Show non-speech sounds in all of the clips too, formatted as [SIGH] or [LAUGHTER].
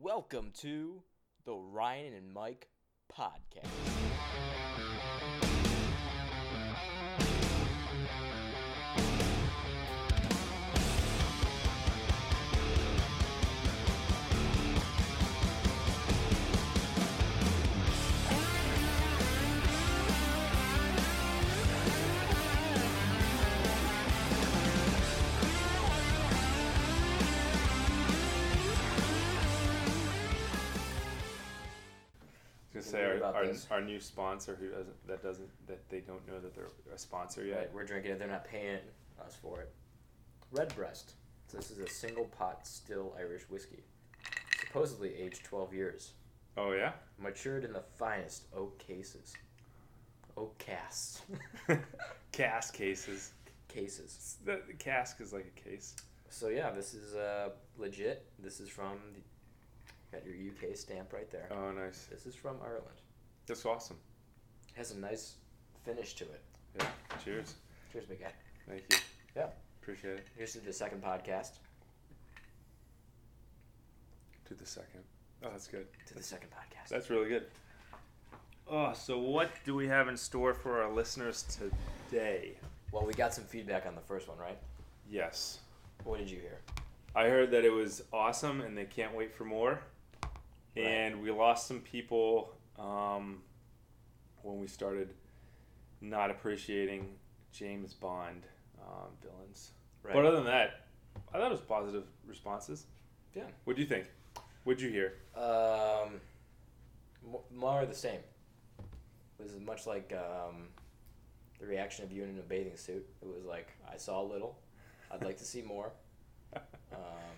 Welcome to the Ryan and Mike podcast. I was gonna say About our, our, this. our new sponsor who doesn't that doesn't that they don't know that they're a sponsor yet. Right, we're drinking it. They're not paying us for it. Redbreast. So this is a single pot still Irish whiskey, supposedly aged 12 years, Oh yeah, matured in the finest oak cases. Oak casks. cask cases. [LAUGHS] cases. It's- The, the cask is like a case. So yeah, this is uh, legit. This is from the, got your UK stamp right there. Oh nice, This is from Ireland. that's awesome. It has a nice finish to it. Yeah, cheers. Cheers, big guy. Thank you. Yeah. appreciate it. Here's to the second podcast. To the second. Oh, that's good. To the second podcast. That's really good. Oh, so what do we have in store for our listeners today? Well, we got some feedback on the first one, right? Yes, What did you hear? I heard that it was awesome and they can't wait for more. Right. And we lost some people um, when we started not appreciating James Bond um, villains. But other than that, I thought it was positive responses. Yeah. What do you think? What'd you hear? Um, mo- more of the same. This is much like um, the reaction of you in a bathing suit. It was like I saw a little. I'd [LAUGHS] like to see more. Um,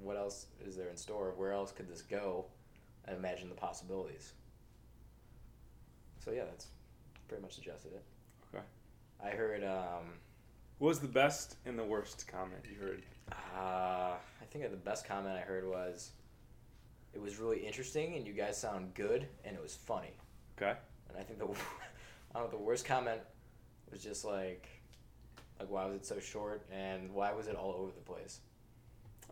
what else is there in store? Where else could this go? And imagine the possibilities. So yeah, that's pretty much suggested it. Okay. I heard. Um, What was the best and the worst comment you heard? Uh, I think the best comment I heard was, "It was really interesting, and you guys sound good, and it was funny." Okay. And I think the, [LAUGHS] I don't know, the worst comment was just like, like why was it so short, and why was it all over the place?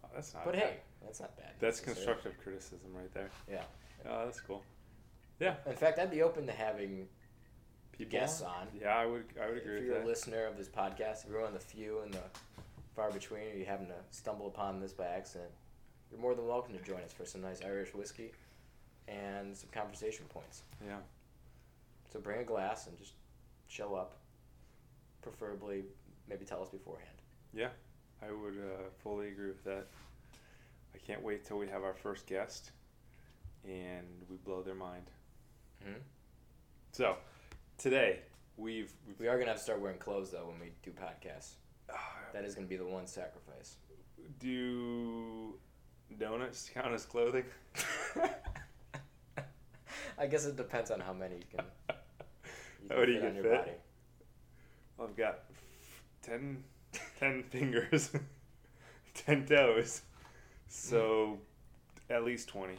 Oh, that's not But bad. hey, that's not bad. That's necessarily. constructive criticism right there. Yeah. Oh, that's cool. In fact, I'd be open to having People guests on. Yeah, I would. I would If agree with you're that. a listener of this podcast, if you're one of the few and the far between, or you happen to stumble upon this by accident, you're more than welcome to join us for some nice Irish whiskey and some conversation points. yeah. So bring a glass and just show up. Preferably, maybe tell us beforehand. I would uh, fully agree with that. I can't wait till we have our first guest and we blow their mind. Mhm. So, today we've, we've We are gonna have to start wearing clothes though when we do podcasts. Ah, That is gonna be the one sacrifice. [SIGHS] [LAUGHS] do donuts count as clothing? [LAUGHS] I guess it depends on how many you can. You How many you on can your fit? body. I've got f- 10, 10 [LAUGHS] fingers, 10 toes, so at least 20.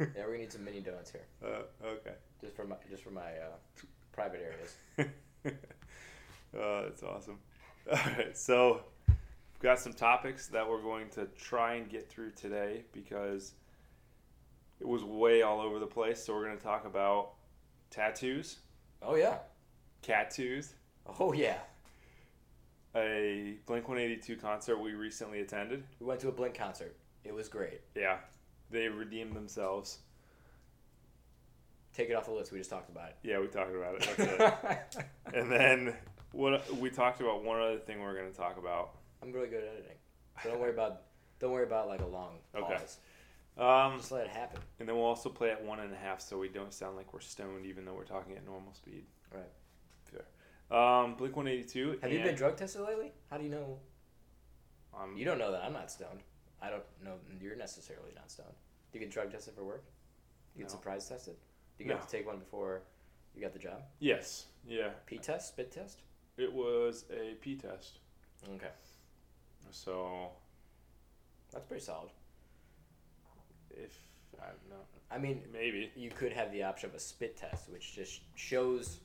Yeah, we're gonna need some mini donuts here, [LAUGHS] Uh, okay. just for my just for my uh, private areas. [LAUGHS] oh, that's awesome. [LAUGHS] All right, so we've got some topics that we're going to try and get through today because it was way all over the place. So we're going to talk about tattoos, Oh yeah. tattoos, Oh yeah. a Blink 182 concert we recently attended. We went to a Blink concert. It was great. Yeah, they redeemed themselves. Take it off the list. We just talked about Yeah, we talked about it. [LAUGHS] That's it. it. [LAUGHS] and then what we talked about one other thing we're going to talk about. I'm really good at editing. So don't worry about don't worry about like a long Okay. pause. Um, Just let it happen. And then we'll also play at one and a half so we don't sound like we're stoned even though we're talking at normal speed. Right. Fair. Um, Blink 182. Have you been drug tested lately? How do you know? Um, You don't know that I'm not stoned. I don't know you're necessarily not stoned. Do you get drug tested for work? You get No. surprise tested? Do you have to take one before you got the job? yes. Yeah. P test, spit test? It was a P test. Okay. So That's pretty solid. if I don't know, I mean, maybe. you could have the option of a spit test, which just shows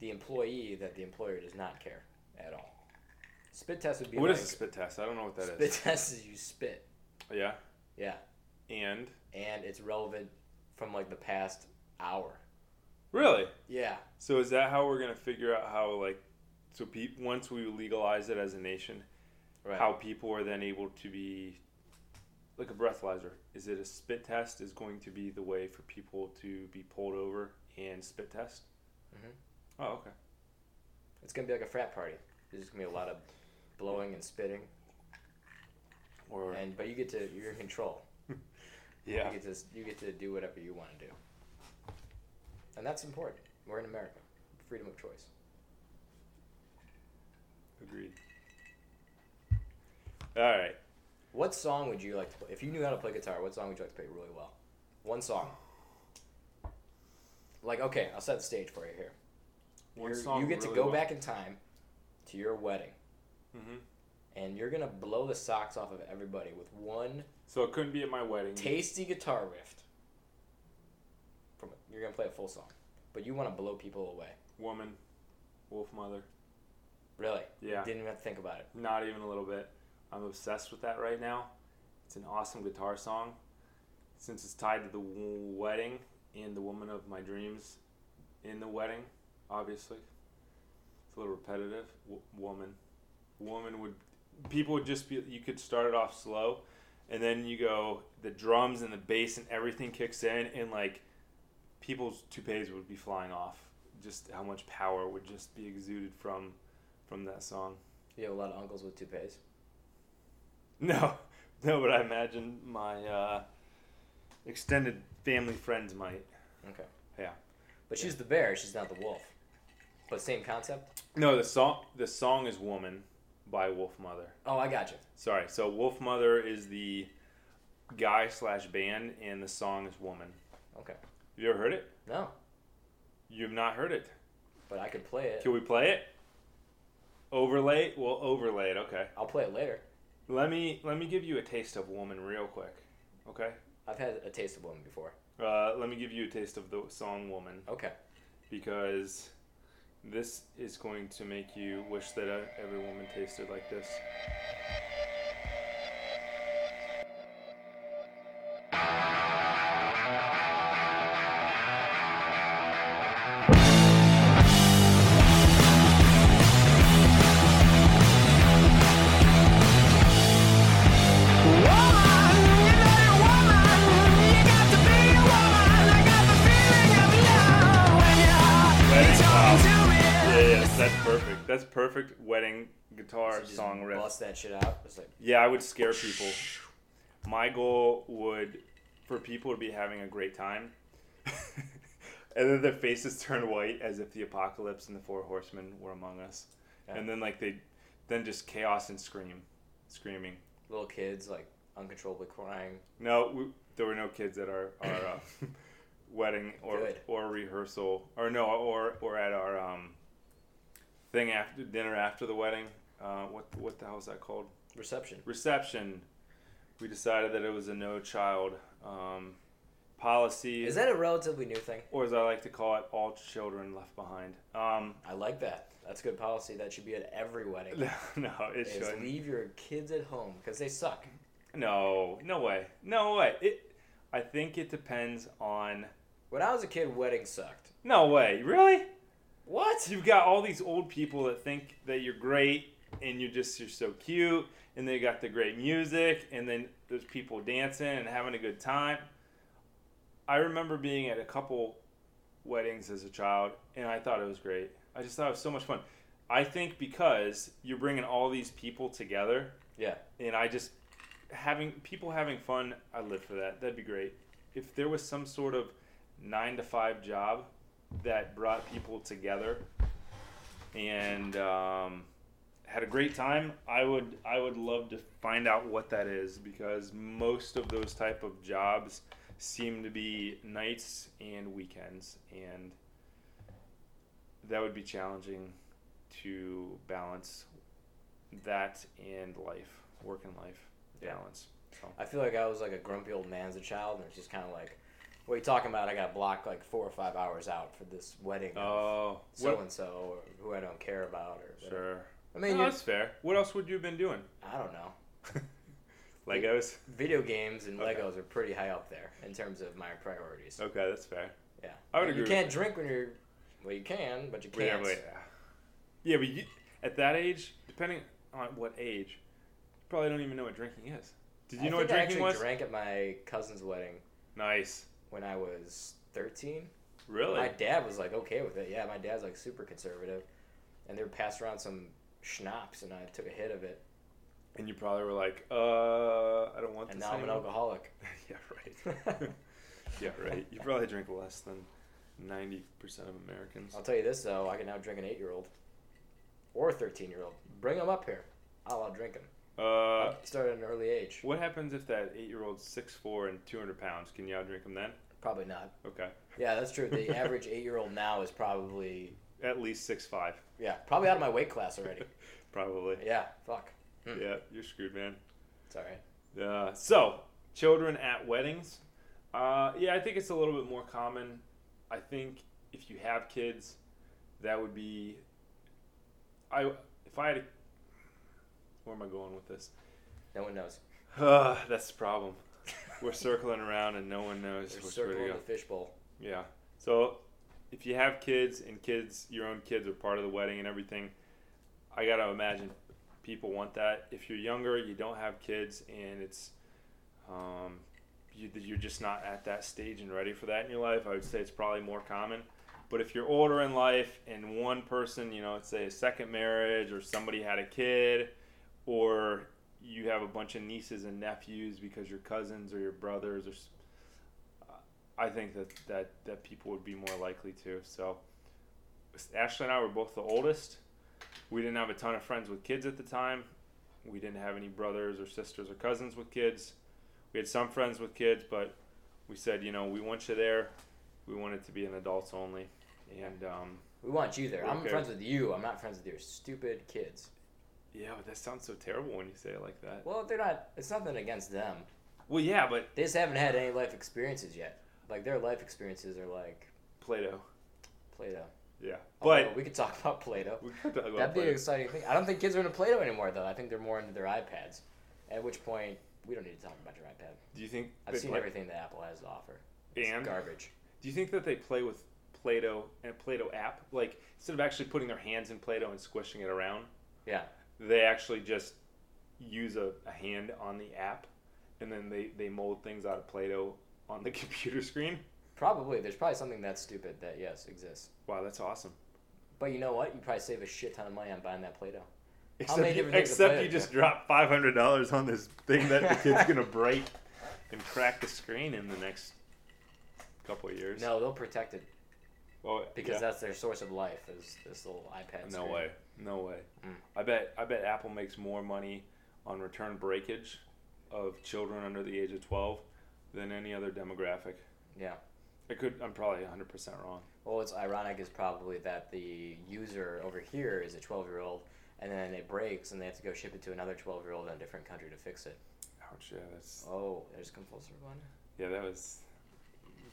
the employee that the employer does not care at all. Spit test would be What like is a spit test? I don't know what that is. spit test is you spit. Yeah. Yeah. And and it's relevant from like the past hour. really, Yeah, so is that how we're gonna figure out how like, so pe- once we legalize it as a nation, right. how people are then able to be like a breathalyzer. Is it a spit test is going to be the way for people to be pulled over and spit test? Mhm. Oh, okay. It's gonna be like a frat party. There's just gonna be a lot of blowing and spitting, Or and but you get to you're in control. yeah, You get to you get to do whatever you want to do, and that's important. We're in America, freedom of choice. agreed. All right. What song would you like to play? If you knew how to play guitar, what song would you like to play really well? One song. Like, okay, I'll set the stage for you here. One You're- song you get to really go well. back in time to your wedding, Mhm. and you're going to blow the socks off of everybody with one So it couldn't be at my wedding. tasty guitar riff. From You're going to play a full song, but you want to blow people away. Woman, wolf mother. Really? Yeah, Didn't even have to think about it. not even a little bit. I'm obsessed with that right now. It's an awesome guitar song. Since it's tied to the w- wedding and the woman of my dreams in the wedding, obviously. It's a little repetitive. W- woman. Woman would. People would just be. You could start it off slow, and then you go. The drums and the bass and everything kicks in, and like. People's toupees would be flying off. Just how much power would just be exuded from, from that song. You have a lot of uncles with toupees. [LAUGHS] No, no, but I imagine my uh, extended family friends might. Okay. Yeah. But she's the bear, she's not the wolf. But same concept? No, the song the song is "Woman" by Wolf Mother. Oh, I got you. Sorry, so Wolf Mother is the guy slash band, and the song is "Woman." Okay. Have you ever heard it? No, You've not heard it. but I could play it. Can we play it? Overlay? it? We'll overlay it. Okay. I'll play it later. Let me let me give you a taste of "Woman" real quick. Okay. I've had a taste of women before. Uh, let me give you a taste of the song "Woman." Okay. because this is going to make you wish that uh, every woman tasted like this. Woman, you know you're woman. You got to be a woman. I got the feeling of love when you're talking to me. Yeah, yeah, that's perfect. That's perfect wedding guitar So just song riff. Bust that shit out. It's like, Yeah, I would scare people. My goal would for people to be having a great time. [LAUGHS] and then their faces turn white as if the apocalypse and the four horsemen were among us. Yeah. And then like they then just chaos and scream. Screaming. little kids like uncontrollably crying. No, we, there were no kids at our, our uh, [LAUGHS] wedding or Good. or rehearsal or no or or at our um, thing after dinner after the wedding. Uh, what what the hell is that called? Reception. Reception. We decided that it was a no child um, policy, Is that a relatively new thing? or as I like to call it, all children left behind. Um, [LAUGHS] I like that. That's good policy. That should be at every wedding. no, it Is shouldn't. leave your kids at home because they suck. No, no way, no way. It. I think it depends on. When I was a kid, weddings sucked. No way, really. What? You've got all these old people that think that you're great and you're just you're so cute and they got the great music and then there's people dancing and having a good time. I remember being at a couple weddings as a child and I thought it was great. I just thought it was so much fun. I think because you're bringing all these people together Yeah. and I just having people having fun, I live for that. That'd be great. If there was some sort of nine to five job that brought people together and um, had a great time, I would I would love to find out what that is because most of those type of jobs seem to be nights and weekends and that would be challenging to balance that and life, work and life Yeah. balance. I feel like I was like a grumpy old man as a child, and it's just kind of like, what are you talking about? I got to block like four or five hours out for this wedding. Oh, So and so, or who I don't care about, or whatever. sure. I No, mean, you that's fair. What else would you have been doing? I don't know. [LAUGHS] Legos. Video games and Okay. Legos are pretty high up there in terms of my priorities. Okay, that's fair. Yeah, I would And you agree with can't drink when you're. Well, you can, but you Wait, can't. wait. Yeah, but you, at that age, depending on what age, you probably don't even know what drinking is. Did you I know what think I drinking actually was? drank at my cousin's wedding Nice. when I was 13. Really? My dad was like okay with it. Yeah, my dad's like super conservative, and they were passed around some schnapps, and I took a hit of it, and you probably were like, uh, I don't want and this now I'm an anymore. alcoholic. [LAUGHS] [LAUGHS] yeah, right. yeah, right. You probably drink less than 90% of Americans. I'll tell you this though, I can now drink an eight-year-old or a thirteen-year-old. Bring them up here. I'll outdrink them. Uh, Start at an early age. what happens if that eight-year-old's 6'4 and 200 pounds? Can you outdrink him then? Probably not. Okay. Yeah, that's true. The average eight-year-old now is probably At least 6'5. yeah, probably out of my weight class already. Probably. Yeah, fuck. Hmm. Yeah, you're screwed, man. It's all right. Uh, so, children at weddings. Uh, yeah, I think it's a little bit more common. I think if you have kids, that would be. I if I had. A, where am I going with this? [SIGHS] No one knows. Uh, that's the problem. [LAUGHS] We're circling around and no one knows We're which way to circling go. the fishbowl. Yeah. So if you have kids and kids, your own kids are part of the wedding and everything, I got to imagine people want that. If you're younger, you don't have kids, and it's, um, you, you're just not at that stage and ready for that in your life, I would say it's probably more common. But if you're older in life and one person, you know, let's say a second marriage or somebody had a kid, or you have a bunch of nieces and nephews because your cousins or your brothers or s- I think that that that people would be more likely to. So, Ashley and I were both the oldest. We didn't have a ton of friends with kids at the time. We didn't have any brothers or sisters or cousins with kids. We had some friends with kids, but we said, you know, we want you there. We want it to be an adults only. And um, We want you there. I'm Okay. friends with you. I'm not friends with your stupid kids. yeah, but that sounds so terrible when you say it like that. Well, they're not. It's nothing against them. Well, yeah, but They just haven't had any life experiences yet. Like their life experiences are like Plato. Play-Doh. Yeah, Although but we could talk about Play-Doh. we could talk about Oh. That'd be an Plato. exciting thing. I don't think kids are into Play-Doh anymore, though. I think they're more into their iPads. At which point, we don't need to talk about your iPad. Do you think I've that, seen like, everything that Apple has to offer. It's and- garbage. Do you think that they play with Play-Doh and a Play-Doh app? Like instead of actually putting their hands in Play-Doh and squishing it around, Yeah. they actually just use a, a hand on the app, and then they they mold things out of Play-Doh on the [LAUGHS] computer screen. Probably there's probably something that stupid that yes exists. Wow, that's awesome. But you know what? You probably save a shit ton of money on buying that Play-Doh. Except, many you, different things to except play you with just dropped five hundred dollars on this thing that the [LAUGHS] kid's gonna break and crack the screen in the next couple of years. No, they'll protect it well, because yeah. that's their source of life is this little iPad. No screen. way. No way. Mm. I bet I bet Apple makes more money on return breakage of children under the age of 12 than any other demographic. Yeah. I could I'm probably 100% wrong. Well, what's ironic is probably that the user over here is a 12 year old, and then it breaks, and they have to go ship it to another 12 year old in a different country to fix it. Ouch, yeah, that's Oh, there's compulsive one. Yeah, that was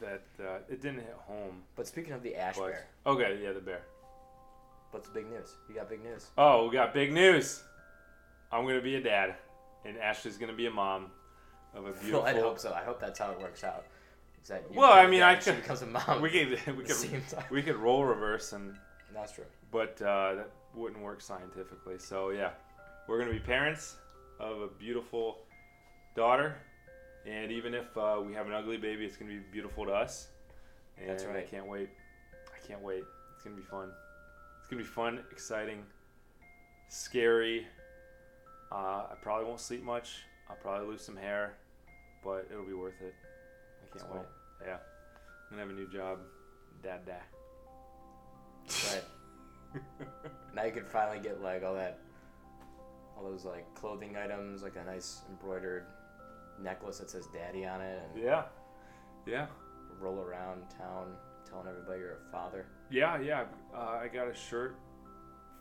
that uh, it didn't hit home. But speaking of the ash But, bear, okay, yeah, the bear. what's the big news? You got big news. [LAUGHS] Oh, we got big news. I'm going to be a dad and Ashley's going to be a mom of a [LAUGHS] beautiful Well, I hope so. I hope that's how it works out. Is that you Well, I become a mean, dad I and she could- becomes a mom. We could [LAUGHS] we at the could same time. we could roll reverse and That's true. but uh, that wouldn't work scientifically. So yeah, we're gonna be parents of a beautiful daughter, and even if uh, we have an ugly baby, it's gonna be beautiful to us. And That's I right. can't wait. I can't wait. It's gonna be fun. It's gonna be fun, exciting, scary. Uh, I probably won't sleep much. I'll probably lose some hair, but it'll be worth it. I can't That's wait. cool. Yeah, I'm gonna have a new job. Dad, dad. [LAUGHS] Right. now you could finally get like all that, all those like clothing items, like a nice embroidered necklace that says "Daddy" on it, and Yeah. Yeah. roll around town telling everybody you're a father. Yeah, yeah. Uh, I got a shirt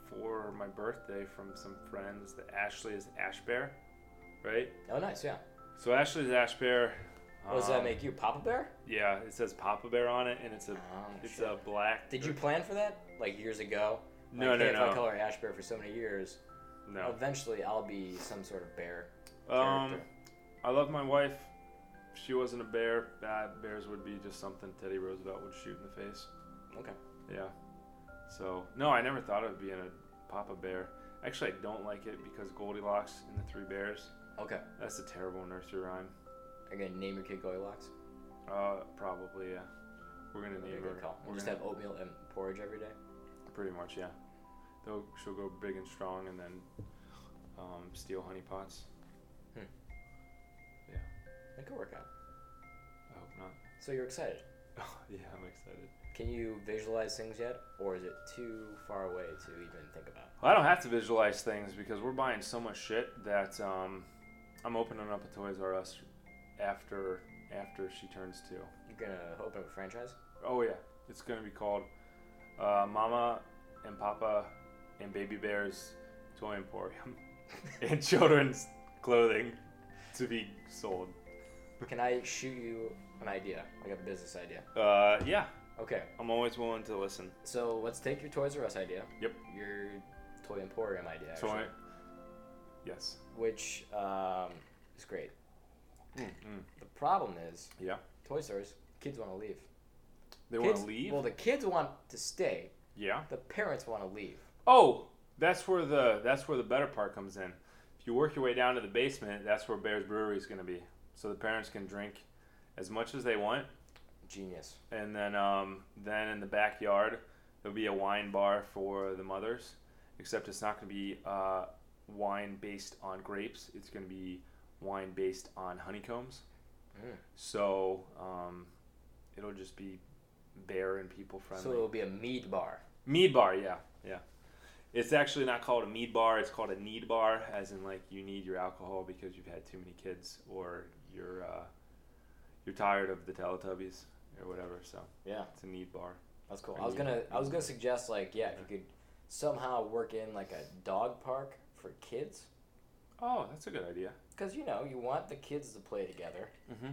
for my birthday from some friends that Ashley is Ash Bear, right? Oh, nice, yeah. So Ashley's Ash Bear. What does that um, make you, Papa Bear? Yeah, it says Papa Bear on it, and it's a Oh, it's shit. a black. Did you plan for that like years ago? Like, uh, No, no, hey, If no. I call her Ash Bear for so many years, no? eventually I'll be some sort of bear. Um, character. I love my wife. If She wasn't a bear. Bad bears would be just something Teddy Roosevelt would shoot in the face. Okay. Yeah. So no, I never thought of being a Papa Bear. Actually, I don't like it because Goldilocks and the Three Bears. Okay. That's a terrible nursery rhyme. Are you gonna name your kid Goldilocks? Uh, probably yeah. We're gonna That'd be name a her. good call. We're We'll just gonna- have oatmeal and porridge every day. Pretty much, yeah. Though she'll go big and strong and then um, steal honey pots. Hmm. That could work out. I hope not. So you're excited. [LAUGHS] yeah, I'm excited. Can you visualize things yet, or is it too far away to even think about? Well, I don't have to visualize things because we're buying so much shit that um, I'm opening up a Toys R Us after after she turns two. You're gonna open up a franchise? Oh yeah, it's gonna be called uh, Mama and Papa and Baby Bear's Toy Emporium [LAUGHS] and children's clothing to be sold. Can I shoot you an idea, like a business idea? Uh, yeah, Okay, I'm always willing to listen. so let's take your Toys R Us idea. Yep. Your Toy Emporium idea, actually, So I, yes. which um, is great. Mm, The problem is, Yeah. Toy Stores, kids want to leave. They want Kids to leave. Well, the kids want to stay. yeah. The parents want to leave. Oh, that's where the that's where the better part comes in. If you work your way down to the basement, that's where Bears Brewery is going to be. So the parents can drink as much as they want, Genius. and then um, then in the backyard there'll be a wine bar for the mothers. Except it's not going to be uh, wine based on grapes. It's going to be wine based on honeycombs. Mm. So um, it'll just be bear and people friendly. So it'll be a mead bar. Mead bar, yeah, yeah. It's actually not called a mead bar. It's called a need bar, as in like you need your alcohol because you've had too many kids, or you're uh, you're tired of the Teletubbies or whatever. So Yeah. it's a need bar. That's cool. Or I was you- gonna I was gonna suggest like yeah, if you could somehow work in like a dog park for kids, Oh, that's a good idea. because you know you want the kids to play together, Mm-hmm.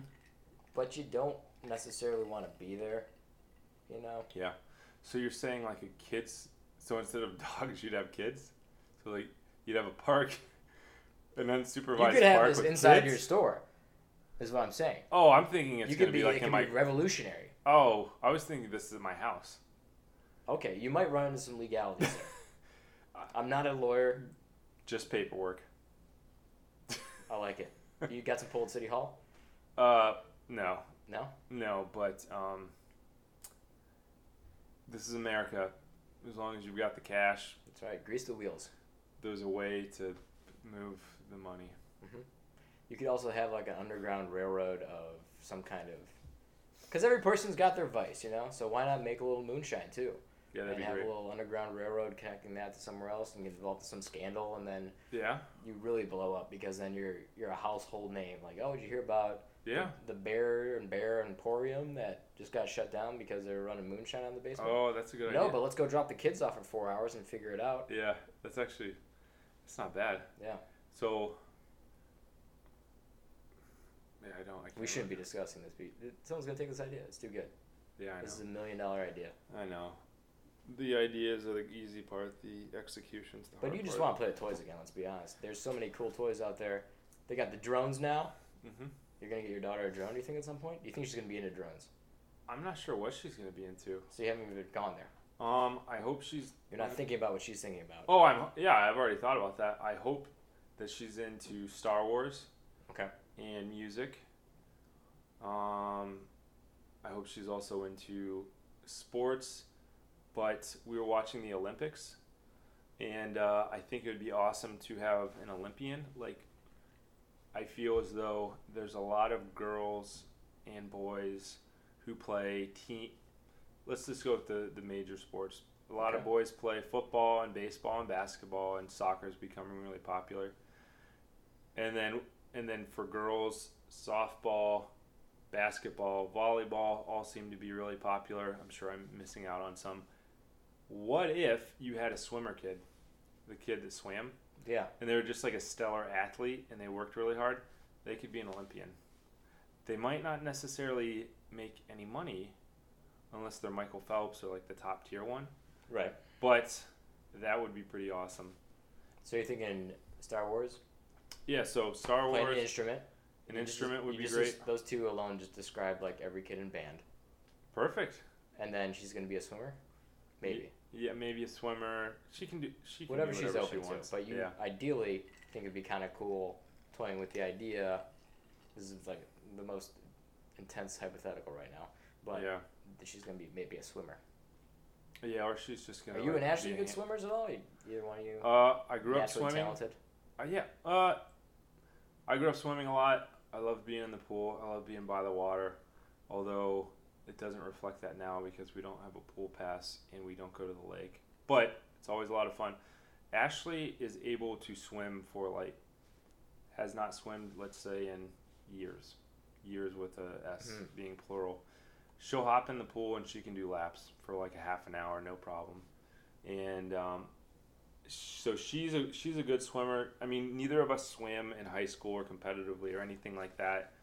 but you don't necessarily want to be there. You know, So you're saying like a kids? So instead of [LAUGHS] dogs, you'd have kids. So like you'd have a park, [LAUGHS] an unsupervised you could have park this with inside kids? your store. Is what I'm saying. Oh, I'm thinking it's you gonna could be, be, it like could in be my. revolutionary. oh, I was thinking this is [LAUGHS] my house. Okay, you might run into some legalities. there. I'm not a lawyer. Just [LAUGHS] paperwork. I like [LAUGHS] it. You got some pulled city hall? Uh, no, No. no, but um, this is America. As long as you've got the cash, That's right. Grease the wheels. there's a way to move the money. You could also have like an underground railroad of some kind of, because every person's got their vice, you know. So why not make a little moonshine too, Yeah, that'd and be have great. a little underground railroad connecting that to somewhere else, and get involved in some scandal, and then Yeah, you really blow up because then you're you're a household name. Like, oh, did you hear about yeah. the Bear and Bear Emporium that just got shut down because they were running moonshine on the basement? Oh, that's a good no, idea. but let's go drop the kids off for four hours and figure it out. yeah, that's actually, it's not bad. Yeah. So, yeah, I don't. I can't We shouldn't really- be discussing this. be- Someone's gonna take this idea. It's too good. Yeah, I know. This is a million dollar idea. I know. The ideas are the easy part. The execution's the But hard you just part. want to play with toys again, let's be honest. There's so many cool toys out there. They got the drones now. hmm You're going to get your daughter a drone, do you think, at some point? Do you think she's going to be into drones? I'm not sure what she's gonna be into. So you haven't even gone there. Um, I hope she's. You're not thinking about what she's thinking about. Mm. Oh, I'm yeah. I've already thought about that. I hope that she's into Star Wars. Okay. And music. Um, I hope she's also into sports. But we were watching the Olympics, and uh, I think it would be awesome to have an Olympian. Like, I feel as though there's a lot of girls and boys who play team. Let's just go with the, the major sports. A lot of Okay. boys play football and baseball and basketball, and soccer is becoming really popular. And then and then for girls, softball, basketball, volleyball all seem to be really popular. I'm sure I'm missing out on some. What if you had a swimmer kid, the kid that swam, Yeah. and they were just like a stellar athlete and they worked really hard? They could be an Olympian. They might not necessarily make any money unless they're Michael Phelps or like the top tier one, Right. but that would be pretty awesome. So you're thinking Star Wars? Yeah, so Star Play an Wars, instrument. An You just- instrument would you be just- great. those two alone just describe like every kid in band. Perfect. And then she's gonna be a swimmer, maybe. Yeah, maybe a swimmer. She can do. She can whatever do she's whatever open she to. wants. But you yeah. ideally think it'd be kind of cool toying with the idea. This is like the most intense hypothetical right now, but yeah, that she's gonna be maybe a swimmer. yeah, or she's just Are gonna. you like, and Ashley be a good hand- swimmers at all? You- Either one of you Uh, I grew up naturally swimming. talented? Uh, yeah, uh, I grew up swimming a lot. I love being in the pool. I love being by the water, although it doesn't reflect that now because we don't have a pool pass and we don't go to the lake. But it's always a lot of fun. Ashley is able to swim for like has not swum, let's say, in years, years with a S Hmm. being plural. She'll hop in the pool and she can do laps for like a half an hour, no problem. And um, so she's a she's a good swimmer. I mean, neither of us swam in high school or competitively or anything like that,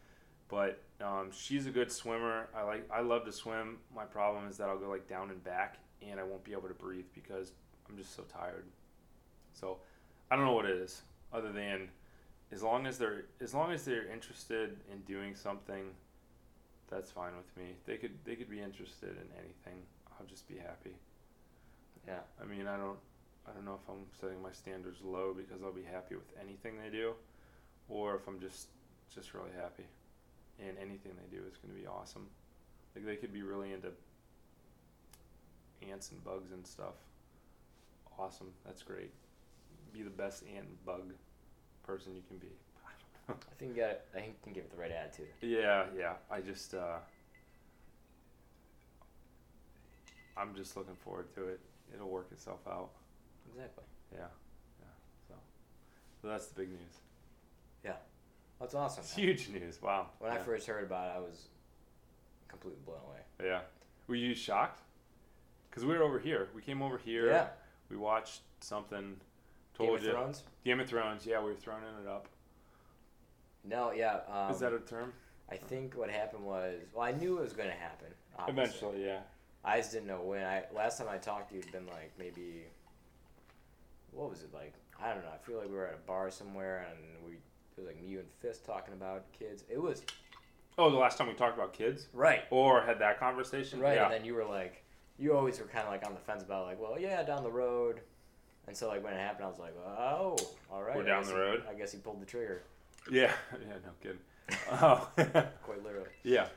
but um, she's a good swimmer. I like I love to swim. My problem is that I'll go like down and back, and I won't be able to breathe because I'm just so tired. So I don't know what it is, other than as long as they're as long as they're interested in doing something, that's fine with me. They could they could be interested in anything. I'll just be happy. Yeah. I mean, I don't I don't know if I'm setting my standards low because I'll be happy with anything they do, or if I'm just just really happy, and anything they do is going to be awesome. Like they could be really into ants and bugs and stuff. Awesome, that's great. Be the best ant and bug person you can be. [LAUGHS] I think you got. it- I think you can give it the right attitude. Yeah, yeah. I just uh I'm just looking forward to it. It'll work itself out. Exactly. Yeah. Yeah. So, so that's the big news. That's awesome. It's man. huge news. Wow. When yeah. I first heard about it, I was completely blown away. Yeah. Were you shocked? Cuz we were over here. We came over here. Yeah. We watched something Game told of you Thrones. Game of Thrones. Yeah, we were throwing it up. No, yeah. Um, Is that a term? I think what happened was, well, I knew it was going to happen. Obviously. Eventually, yeah. I just didn't know when. I last time I talked to you had been like maybe, what was it like? I don't know. I feel like we were at a bar somewhere and we it was like me, you, and Fist talking about kids. It was Oh, the last time we talked about kids right, or had that conversation. right. Yeah. And then you were like, you always were kind of like on the fence about like, well, yeah, down the road. And so like when it happened, I was like, oh, all right, We're I down guess the he- road. I guess he pulled the trigger, Yeah. [LAUGHS] Yeah, no [LAUGHS] kidding. Oh. [LAUGHS] quite literally. Yeah.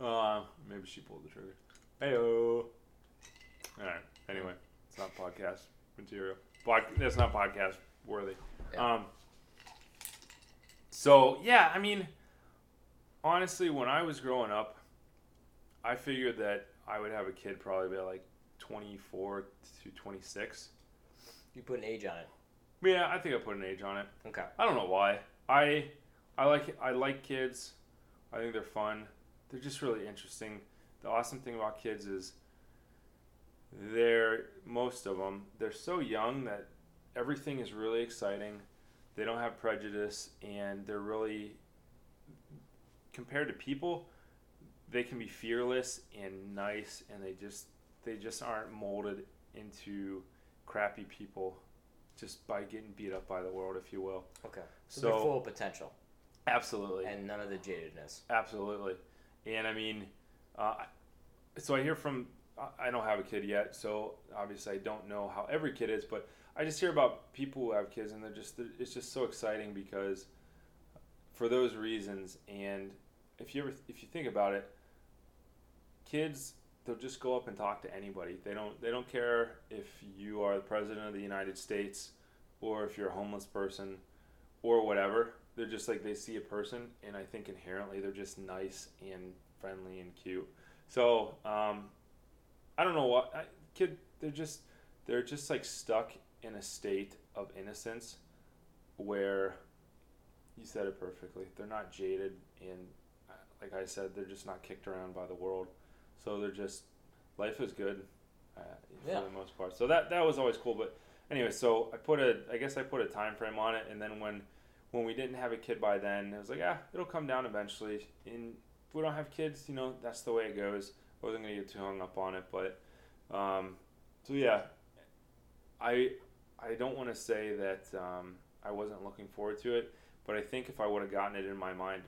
Uh, maybe she pulled the trigger. Heyo. All right. Anyway, it's not podcast material. Pod- that's not podcast worthy. Yeah. Um. So yeah, I mean, honestly, when I was growing up, I figured that I would have a kid probably by like 24 to 26. You put an age on it. Yeah, I think I put an age on it. Okay. I don't know why. I I like I like kids. I think they're fun. They're just really interesting. The awesome thing about kids is they're most of them they're so young that everything is really exciting. They don't have prejudice and they're really compared to people they can be fearless and nice and they just they just aren't molded into crappy people just by getting beat up by the world if you will. Okay. So, they're So- full of potential Absolutely. and none of the jadedness. Absolutely. And I mean, uh, so I hear from, I- I don't have a kid yet, so obviously I don't know how every kid is, but I just hear about people who have kids and they're just, they're- it's just so exciting because for those reasons. And if you ever, if you think about it, kids, they'll just go up and talk to anybody. They don't, they don't care if you are the president of the United States or if you're a homeless person or whatever. They're just like they see a person, and I think inherently they're just nice and friendly and cute. So um, I don't know what I, kid. They're just they're just like stuck in a state of innocence where you said it perfectly. They're not jaded, and uh, like I said, they're just not kicked around by the world. So they're just life is good uh, for Yeah. the most part. So that that was always cool. But anyway, so I put a I guess I put a time frame on it, and then when when we didn't have a kid by then, it was like, ah, it'll come down eventually. And if we don't have kids, you know, that's the way it goes. I wasn't gonna get too hung up on it, but um, so yeah, I I don't want to say that um, I wasn't looking forward to it, but I think if I would have gotten it in my mind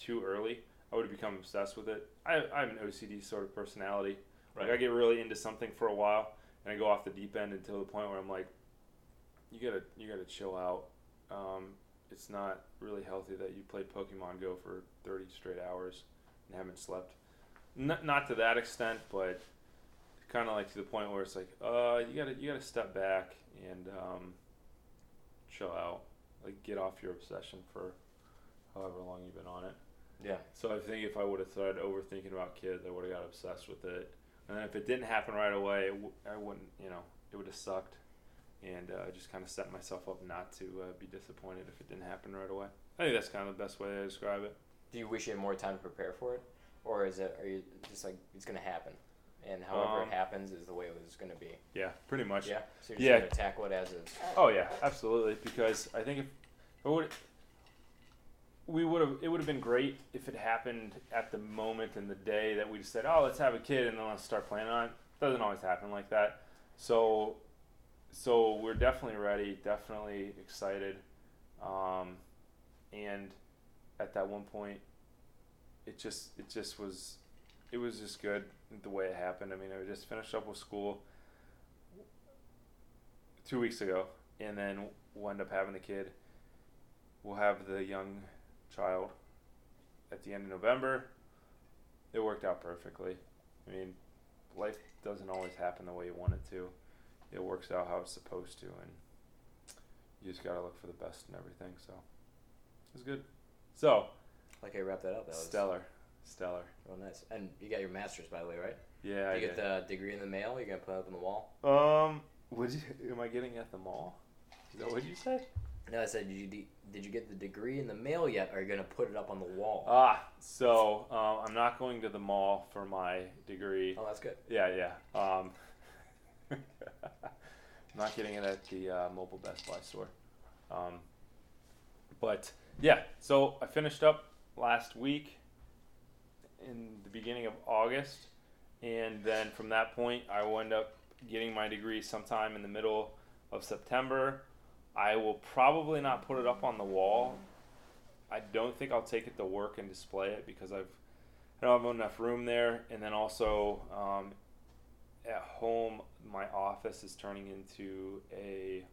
too early, I would have become obsessed with it. I, I'm an OCD sort of personality. Like Right. I get really into something for a while, and I go off the deep end until the point where I'm like, you gotta you gotta chill out. Um, it's not really healthy that you played Pokemon Go for 30 straight hours and haven't slept. Not not to that extent, but kind of like to the point where it's like, uh, you gotta you gotta step back and um, chill out. Like get off your obsession for however long you've been on it. Yeah. So I think if I would have started overthinking about kids, I would have got obsessed with it. And then if it didn't happen right away, it w- I wouldn't, you know, it would have sucked. And uh, I just kind of set myself up not to uh, be disappointed if it didn't happen right away. I think that's kind of the best way to describe it. Do you wish you had more time to prepare for it, or is it are you just like it's gonna happen, and however Um, it happens is the way it was gonna be? Yeah, pretty much. Yeah. So you're just yeah. gonna tackle it as is. Oh yeah, absolutely. Because I think if I would, we would have. It would have been great if it happened at the moment and the day that we said, "Oh, let's have a kid," and then let's start planning on. It doesn't always happen like that. So, so we're definitely ready, definitely excited, um, and at that one point, it just it just was, it was just good the way it happened. I mean, I just finished up with school two weeks ago, and then we'll end up having the kid. We'll have the young child at the end of November. It worked out perfectly. I mean, life doesn't always happen the way you want it to. It works out how it's supposed to, and you just gotta look for the best in everything. So it was good. So Like I wrapped that up. That was stellar, stellar. real nice. And you got your master's by the way, right? Yeah. I you get did. the degree in the mail. You're gonna put it up on the wall. um. Would you? Am I getting it at the mall? Is that what you said? No, I said, did you de- did you get the degree in the mail yet? Or are you gonna put it up on the wall? Ah, so um, I'm not going to the mall for my degree. oh, that's good. Yeah, yeah. Um, [LAUGHS] I'm not getting it at the uh, mobile Best Buy store. Um, but yeah, so I finished up last week in the beginning of August, and then from that point, I will end up getting my degree sometime in the middle of September. I will probably not put it up on the wall. I don't think I'll take it to work and display it because I've I don't have enough room there, and then also um, at home, my office is turning into a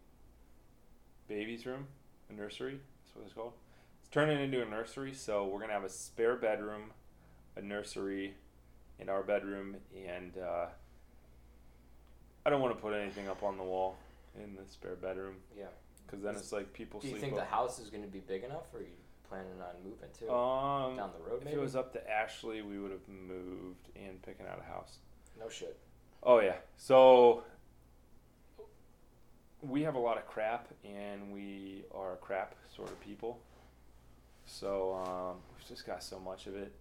baby's room, a nursery. That's what it's called. It's turning into a nursery, so we're gonna have a spare bedroom, a nursery, in our bedroom, and uh, I don't want to put anything up on the wall in the spare bedroom Yeah. because then it's like people Do you sleep. think the over. house is gonna be big enough, or are you planning on moving to um, down the road? if Maybe. it was up to Ashley, we would have moved and picking out a house. no shit. Oh yeah. So we have a lot of crap, and we are crap sort of people. So um, we've just got so much of it,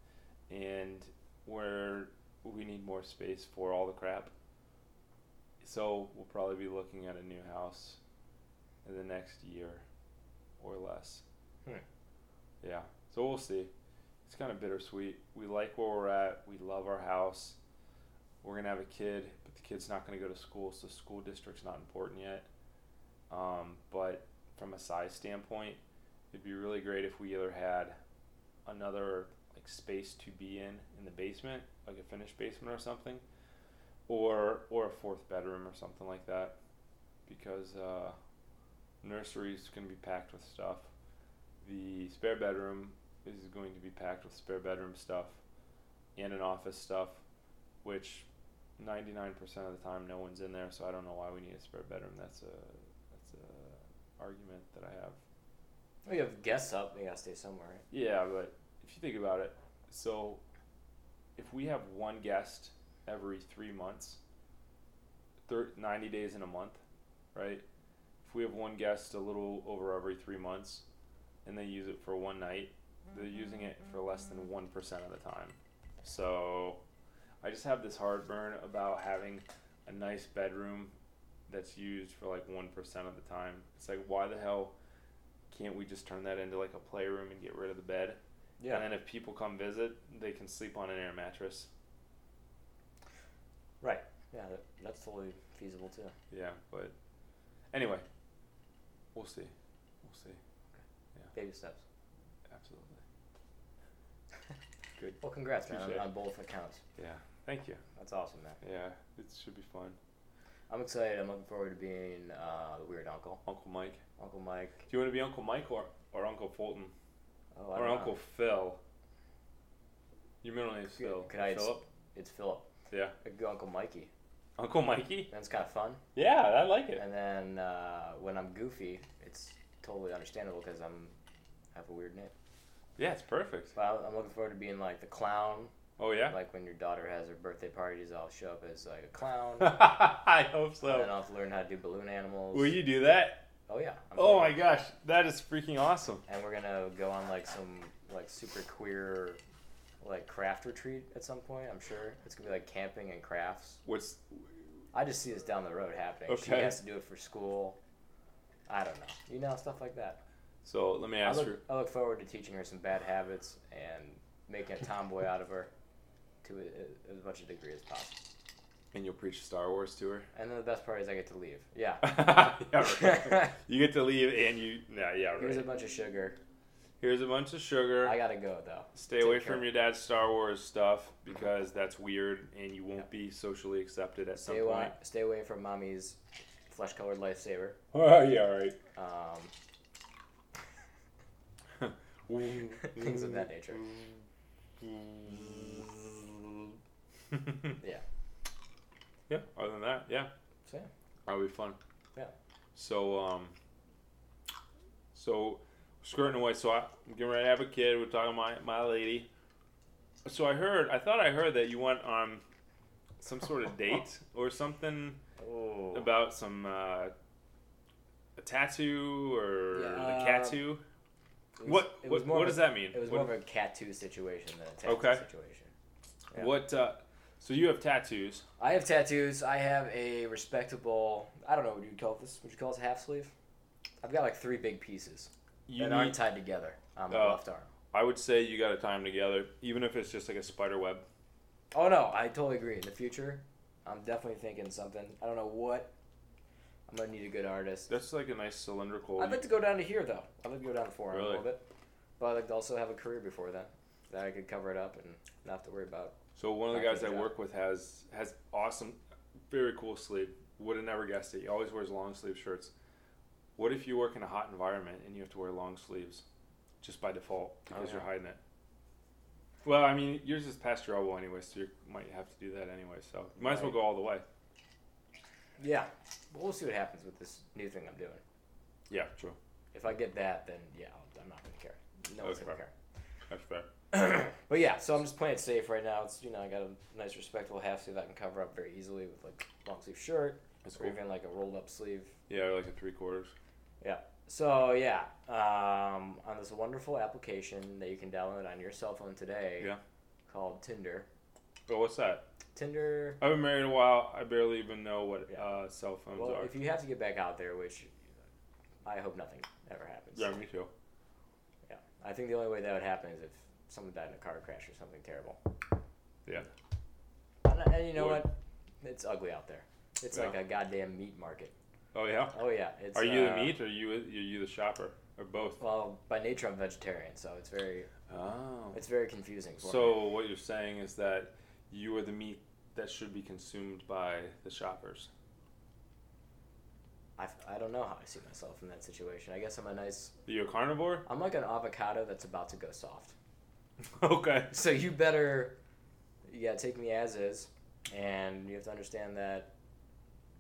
and we're we need more space for all the crap. So we'll probably be looking at a new house in the next year or less. Hmm. Yeah. So we'll see. It's kind of bittersweet. We like where we're at. We love our house we're gonna have a kid, but the kid's not gonna go to school, so school district's not important yet. Um, but from a size standpoint, it'd be really great if we either had another like space to be in in the basement, like a finished basement or something, or or a fourth bedroom or something like that, because uh, nursery's gonna be packed with stuff. The spare bedroom is going to be packed with spare bedroom stuff, and an office stuff which 99% of the time no one's in there so i don't know why we need a spare bedroom that's a that's a argument that i have Well, you have guests up. You gotta stay somewhere. Right? yeah but if you think about it so if we have one guest every three months thir- 90 days in a month right if we have one guest a little over every three months and they use it for one night they're using it for less than 1% of the time so i just have this heartburn about having a nice bedroom that's used for like 1% of the time it's like why the hell can't we just turn that into like a playroom and get rid of the bed and then if people come visit they can sleep on an air mattress Right. Yeah, that, that's totally feasible too. Yeah, but anyway, we'll see. We'll see. Baby steps. Absolutely. Good. Well, congrats, man, Touche. on, on both accounts. Yeah. Thank you. That's awesome, man. Yeah. It should be fun. I'm excited. I'm looking forward to being uh, the weird uncle, Uncle Mike. Uncle Mike. Do you want to be Uncle Mike or, or Uncle Fulton Oh, I or don't know. Uncle Phil? Your middle name's Yeah, Phil. could I- Philip? It's Philip. Yeah. I could go Uncle Mikey. Uncle Mikey? That's kind of fun. Yeah, I like it. And then uh, when I'm goofy, it's totally understandable because I'm I have a weird name. Yeah, it's perfect. But I- I'm looking forward to being like the clown. Oh yeah. Like when your daughter has her birthday parties, I'll show up as like a clown. [LAUGHS] and I hope then so. I'll have to learn how to do balloon animals. Will you do that? Oh yeah. I'm Oh my totally- gosh, that is freaking awesome. And we're gonna go on like some like super queer like craft retreat at some point. I'm sure it's gonna be like camping and crafts. What's I just see this down the road happening. She Okay. has to do it for school. I don't know. You know, stuff like that. so? Let me I ask look, I look forward to teaching her some bad habits and making a tomboy out of her to a, as much a degree as possible. and you'll preach Star Wars to her. And then the best part is I get to leave. Yeah. [LAUGHS] yeah, [LAUGHS] right. you get to leave, and you. Nah, yeah, right. Here's a bunch of sugar. Here's a bunch of sugar. I gotta go though. Stay Take away care. Mm-hmm. from your dad's Star Wars stuff because that's weird, and you won't be socially accepted at some Stay away, point. stay away from mommy's flesh colored lifesaver. [LAUGHS] Oh yeah, right. Um, [LAUGHS] things of that [LAUGHS] nature. Yeah. yeah. Other than that, yeah, So yeah. that'll be fun. Yeah. So um. So, skirting away. So I- I'm getting ready to have a kid. We're talking my my lady. So I heard. I thought I heard that you went on some sort [LAUGHS] of date or something. Oh. about some uh, a tattoo or Yeah. a tattoo. It was- what it was what, more what of a- does that mean? It was What- more of a cat two situation than a tattoo Okay. situation. yeah. What? Uh, so you have tattoos. I have tattoos. I have a respectable. I don't know what you'd call this. Would you call this a half sleeve? I've got like three big pieces You that aren't need- tied together on my Oh. left arm. I would say you got to tie them together, even if it's just like a spider web. Oh no, I totally agree. In the future, I'm definitely thinking something. I don't know what. I'm gonna need a good artist. That's like a nice cylindrical. I'd like to go down to here though. I'd like to go down to forearm a Really? little bit, but I'd like to also have a career before then that I could cover it up and not have to worry about. so one of the Okay, guys I yeah. work with has has awesome, very cool sleeve. Would have never guessed it. He always wears long sleeve shirts. What if you work in a hot environment and you have to wear long sleeves, just by default because Oh, yeah. you're hiding it? Well, I mean, yours is past your elbow anyway, so you might have to do that anyway. So you might as well Right. go all the way. Yeah, but we'll see what happens with this new thing I'm doing. Yeah, true. If I get that, then yeah, I'll, I'm not gonna care. No one's Okay. gonna care. That's fair. But yeah, so I'm just playing it safe right now. It's you know I got a nice respectable half sleeve that I can cover up very easily with like long sleeve shirt That's or cool. even like a rolled up sleeve. Yeah, like a three quarters. So yeah, um, on this wonderful application that you can download on your cell phone today, Yeah. called Tinder. But what's that? Tinder. I've been married a while. I barely even know what Yeah. uh, cell phones Well, are. if you have to get back out there, which I hope nothing ever happens. yeah, me too. Yeah. I think the only way that would happen is if someone died in a car crash or something terrible. Yeah. And, and you know Would. what? It's ugly out there. It's Yeah. like a goddamn meat market. Oh yeah. Oh yeah. It's, Are you uh, the meat or you are you the shopper or both? Well, by nature I'm vegetarian, so it's very Oh. it's very confusing. For me. So what you're saying is that you are the meat that should be consumed by the shoppers. I, I don't know how I see myself in that situation. I guess I'm a nice You're a carnivore. [LAUGHS] I'm like an avocado that's about to go soft. [LAUGHS] okay. So you better yeah take me as is, and you have to understand that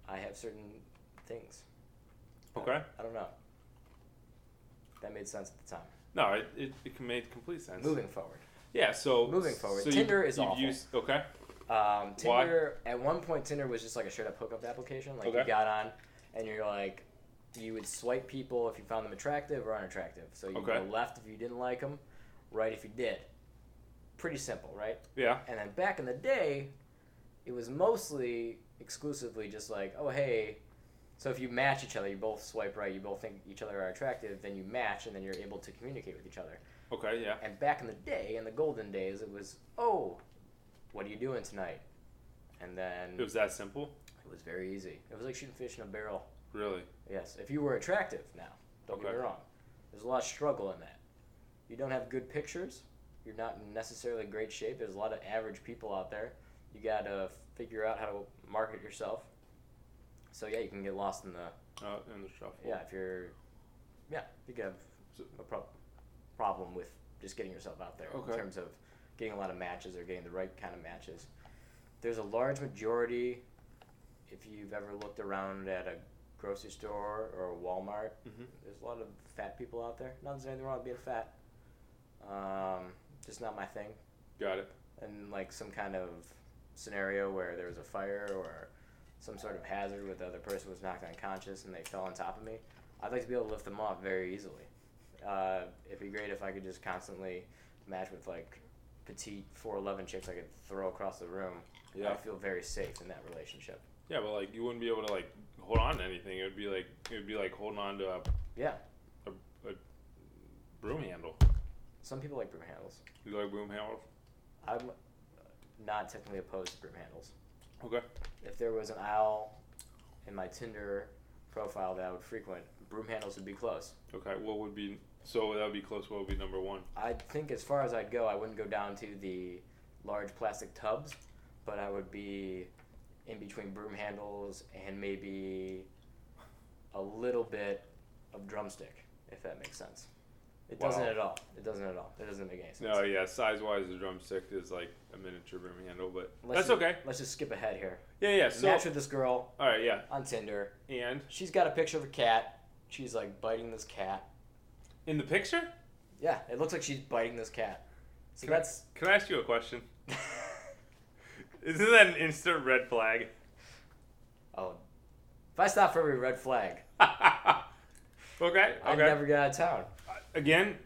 I have certain things. Okay. I don't know. That made sense at the time. No, it, it, it made complete sense. Moving forward. Yeah. So Moving forward, so you- Tinder is you've awful. used- okay. Um, Why? Tinder at one point Tinder was just like a straight up hookup application. Like you Okay. got on, and you're like, you would swipe people if you found them attractive or unattractive. So you Okay. go left if you didn't like them, right if you did. Pretty simple, right? Yeah. And then back in the day, it was mostly exclusively just like, oh hey. So if you match each other, you both swipe right, you both think each other are attractive, then you match, and then you're able to communicate with each other. Okay. Yeah. And back in the day, in the golden days, it was, oh, what are you doing tonight? And then It was that simple. it was very easy. It was like shooting fish in a barrel. Really. Yes, if you were attractive now, don't get Okay. me wrong. There's a lot of struggle in that. You don't have good pictures, You're not in necessarily great shape. There's a lot of average people out there. You got to figure out how to market yourself. So yeah, you can get lost in the Uh, in the shuffle. yeah if you're yeah you could have So- a pro- problem with just getting yourself out there Okay. in terms of getting a lot of matches or getting the right kind of matches. There's a large majority, if you've ever looked around at a grocery store or a Walmart, Mhm. there's a lot of fat people out there. Not that there's anything wrong with being fat, um, just not my thing. Got it. And like some kind of scenario where there was a fire or some sort of hazard where the other person was knocked unconscious and they fell on top of me, I'd like to be able to lift them up very easily. Uh, it'd be great if I could just constantly match with like petite 4'11 chicks I could throw across the room. Yeah. I feel very safe in that relationship. Yeah, but like you wouldn't be able to like hold on to anything. It would be like it would be like holding on to a Yeah, broom handle. some people like broom handles. You like broom handle? I'm not technically opposed to broom handles. Okay. If there was an aisle in my Tinder profile that I would frequent, broom handles would be close. Okay. What would be so that would be close. What would be number one? I think as far as I'd go, I wouldn't go down to the large plastic tubs, but I would be in between broom handles and maybe a little bit of drumstick, if that makes sense. It doesn't Wow. at all. It doesn't at all. It doesn't make any sense. No, yeah. Size wise, the drumstick is like a miniature broom handle, but Let's that's just- okay. Let's just skip ahead here. Yeah, yeah. So Match with this girl all right, yeah. on Tinder. And She's got a picture of a cat. She's like biting this cat. in the picture, Yeah, it looks like she's biting this cat. So Can I- that's [LAUGHS] can I ask you a question? Isn't that an instant red flag? [LAUGHS] oh. If I stop for every red flag, okay. I Okay. never get out of town. Again,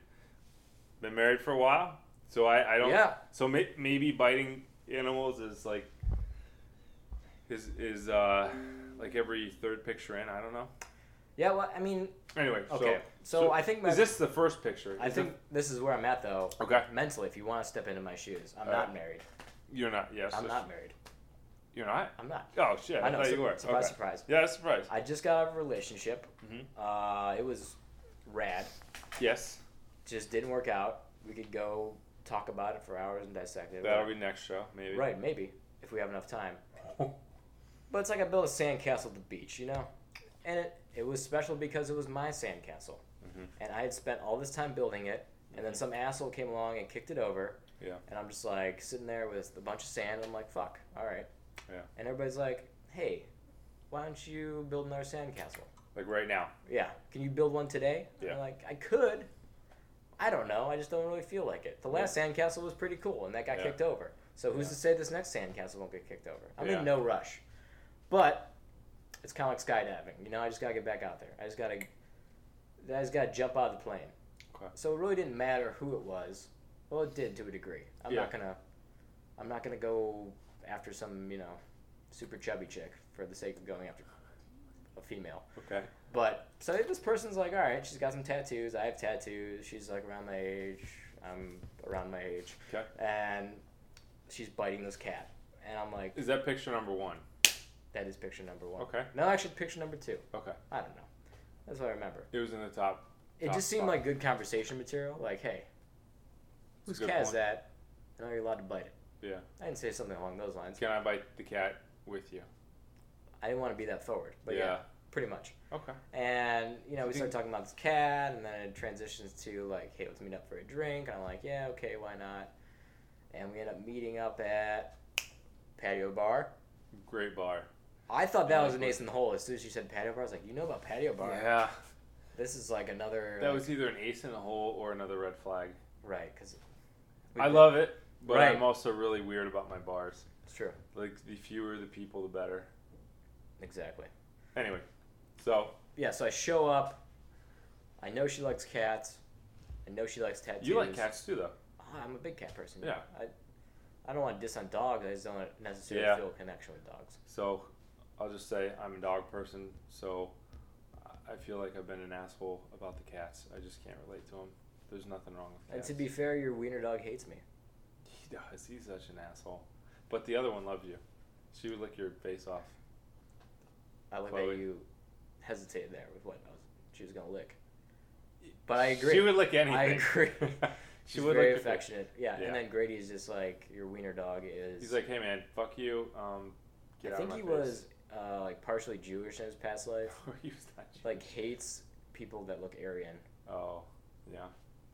been married for a while, so I, I don't. Yeah. So may, maybe biting animals is like is is uh like every third picture in. I don't know. Yeah, well, I mean, Anyway. okay. So, So, I think my, is this the first picture? I Is the- think this is where I'm at though. okay. Mentally, if you want to step into my shoes, I'm All not right. married. You're not. Yes. I'm not married. You're not. I'm not. Oh shit! I, I know, thought su- you were. surprise, okay. surprise. Yeah, surprise. I just got out of a relationship. Mhm. Uh, it was rad. Yes. Just didn't work out. We could go talk about it for hours and dissect it. That'll be next show, maybe. [LAUGHS] right, maybe if we have enough time. But it's like I built a sandcastle at the beach, you know? And it, it was special because it was my sandcastle. Mhm. And I had spent all this time building it, and then some asshole came along and kicked it over. Mm-hmm. Yeah. And I'm just like sitting there with a bunch of sand, and I'm like, fuck, all right. Yeah. And everybody's like, hey, why don't you build another sandcastle? Like right now. Yeah. Can you build one today? And Yeah. I'm like, I could. I don't know. I just don't really feel like it. The last sandcastle was pretty cool, and that got Yeah. kicked over. So who's Yeah. to say this next sandcastle won't get kicked over? I'm Yeah. in no rush, but it's kind of like skydiving. You know, I just gotta get back out there. I just gotta, I just gotta jump out of the plane. Okay. So it really didn't matter who it was. Well, it did to a degree. I'm Yeah. not gonna, I'm not gonna go after some you know, super chubby chick for the sake of going after a female. Okay. But so this person's like, all right, she's got some tattoos. I have tattoos. She's like around my age. I'm around my age. Okay. And she's biting this cat, and I'm like, Is that picture number one? that is picture number one. Okay. No, actually, picture number two. Okay. I don't know. That's what I remember. It was in the top. It Top just seemed five. like good conversation material. Like, hey, whose That's a good cat is point. that? And are you allowed to bite it? Yeah. I didn't say something along those lines. Can I bite the cat with you? I didn't want to be that forward, but yeah, pretty much. Okay. And you know, we Did- started talking about this cat, and then it transitions to like, "Hey, let's meet up for a drink." And I'm like, "Yeah, okay, why not?" And we end up meeting up at patio bar. Great bar. I thought that Yeah, was an like- ace in the hole. As soon as she said patio bar, I was like, "You know about patio bar? Yeah. This is like another That like- was either an ace in the hole or another red flag. right because I love it, but Right. I'm also really weird about my bars. it's true Like the fewer the people, the better. exactly. Anyway, so Yeah, so I show up. I know she likes cats. I know she likes tattoos. you like cats too, though. Oh, I'm a big cat person. Yeah. I, I don't want to diss on dogs. I just don't necessarily Yeah. feel a connection with dogs. So I'll just say I'm a dog person, so I- I feel like I've been an asshole about the cats. I just can't relate to them. There's nothing wrong with And cats. to be fair, your wiener dog hates me. he does. He's such an asshole. But the other one loved you. She would lick your face off. I like Chloe. that you hesitated there with what I was, she was gonna lick. But I agree. [LAUGHS] She would lick anything. I agree. She's She would very like to- affectionate. Yeah. Yeah. and then Grady's just like your wiener dog is. He's like, hey man, fuck you. Um, get I out think of my he face. [LAUGHS] was uh, like partially Jewish in his past life. he was not Jewish. Like hates people that look Aryan. Oh, yeah.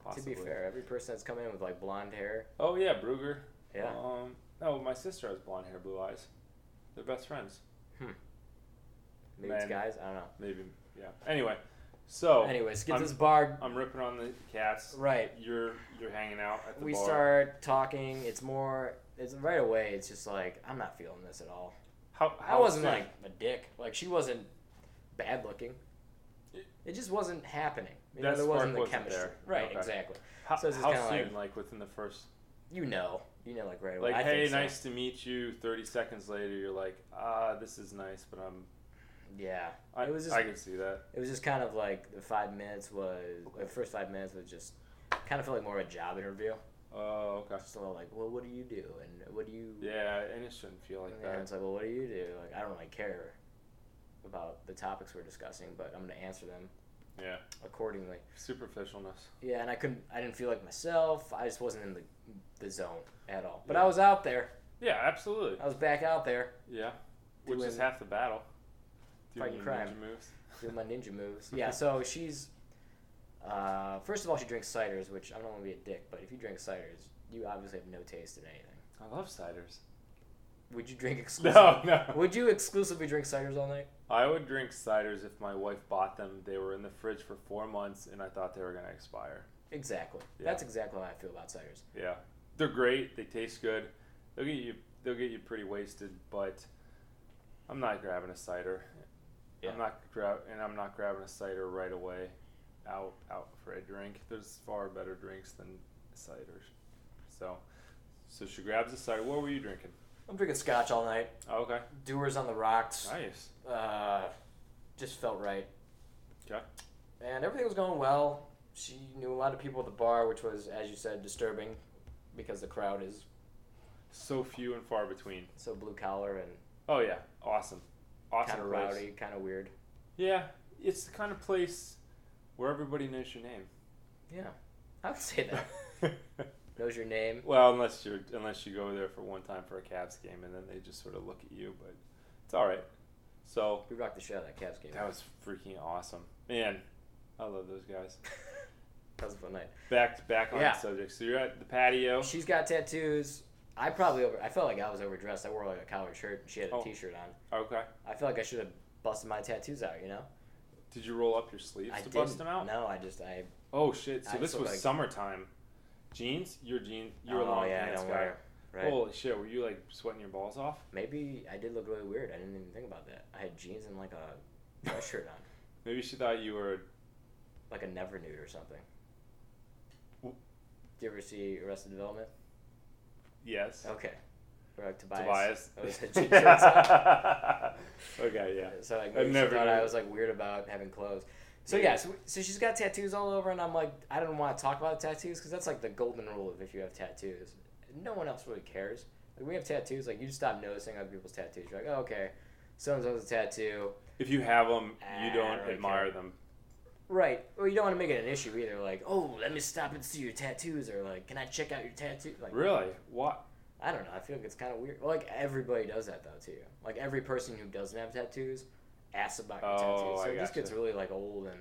Possibly. To be fair, every person that's come in with like blonde hair, Oh yeah, Bruger. yeah, Um, no, my sister has blonde hair, blue eyes. They're best friends. Hmm. maybe it's man. guys. I don't know. Maybe. Yeah. Anyway, so Anyways, get I'm- this bar I'm ripping on the cats. right. You're you're hanging out at the We bar. start talking. It's more. It's right away. It's just like I'm not feeling this at all. How, I how wasn't soon- like a dick. Like she wasn't bad looking. It just wasn't happening. You know, That there wasn't spark the wasn't chemistry. there. Right, Okay. exactly. how, so it's just how kinda like- soon? Like, within the first You know, you know, like right away. I like hey think so. nice to meet you. Thirty seconds later, you're like ah this is nice, but I'm Yeah, I, It was just- I can see that. it was just kind of like the five minutes was the first five minutes was just kind of felt like more of a job interview. Oh okay. Just a little like, well, what do you do, and what do you? Yeah, and it shouldn't feel like and that. it's like, well, what do you do? Like, I don't really care about the topics we're discussing, but I'm gonna answer them Yeah, accordingly. superficialness. Yeah, and I couldn't. I didn't feel like myself. I just wasn't in the the zone at all. But I Yeah. was out there. Yeah, absolutely. I was back out there Yeah, which is Doing- half the battle. Doing Fighting your crime. ninja moves. doing my ninja [LAUGHS] moves. Yeah. So she's. Uh, first of all, she drinks ciders, which I don't want to be a dick, but if you drink ciders, you obviously have no taste in anything. I [LAUGHS] love ciders. Would you [LAUGHS] drink exclusively? No, no. Would you exclusively drink ciders all night? I would drink ciders if my wife bought them. They were in the fridge for four months, and I thought they were gonna expire. Exactly. Yeah. That's exactly how I feel about ciders. Yeah, they're great. They taste good. They'll get you. They'll get you pretty wasted, but I'm not grabbing a cider. Yeah. I'm not grab and I'm not grabbing a cider right away. Out out for a drink. There's far better drinks than ciders. So, so she grabs a cider. What were you drinking? I'm drinking scotch all night. Oh, okay, Doers on the rocks. nice. Uh, just felt right. Okay. And everything was going well. She knew a lot of people at the bar, which was, as you said, disturbing because the crowd is So few and far between. so blue collar and Oh yeah, awesome, awesome kind of place. rowdy, kind of weird. Yeah, it's the kind of place where everybody knows your Yeah, I would [LAUGHS] say [LAUGHS] that. name. Knows your name. Well, unless you're unless you go there for one time for a Cavs game and then they just sort of look at you, but it's all right. So We rocked the shit out of that Cavs game. that was freaking awesome, man. I love those guys. [LAUGHS] that was a fun night. Back back on Yeah. the subject. So you're at the patio. She's got tattoos. I probably over. I felt like I was overdressed. I wore like a collared shirt and she had a Oh. shirt on. Okay. I feel like I should have busted my tattoos out. You know, Did you roll up your sleeves I to didn't. bust them out? No, I just I. Oh shit! I So just this look was like- summertime. Jeans? Your jeans? You're a oh long yeah, I pants don't guy. wear. Right. Holy shit! Were you like sweating your balls off? Maybe I did look really weird. I didn't even think about that. I had jeans and like a dress shirt on, Maybe she thought you were. like a never nude or something. Do Wh- you ever see Arrested Development? Yes. Okay. Or like Tobias. Tobias. I was a [LAUGHS] jean shirts on. okay. Yeah. So like I've maybe she never thought I knew. was like weird about having clothes. So Maybe. yeah, so, so she's got tattoos all over, and I'm like, I don't want to talk about tattoos because that's like the golden rule of if you have tattoos, no one else really cares. Like we have tattoos, like you just stop noticing other people's tattoos. You're like, oh, okay, someone has a tattoo, If you have them, Ah, you don't okay. admire them. right? Or you don't want to make it an issue either. Like, oh, let me stop and see your tattoos, or like, can I check out your tattoo? Like, Really? What? I don't know. I feel like it's kind of weird. Well, like everybody does that though to you. Like every person who doesn't have tattoos asks about your Oh, tattoos. So I it just gotcha. gets really like old and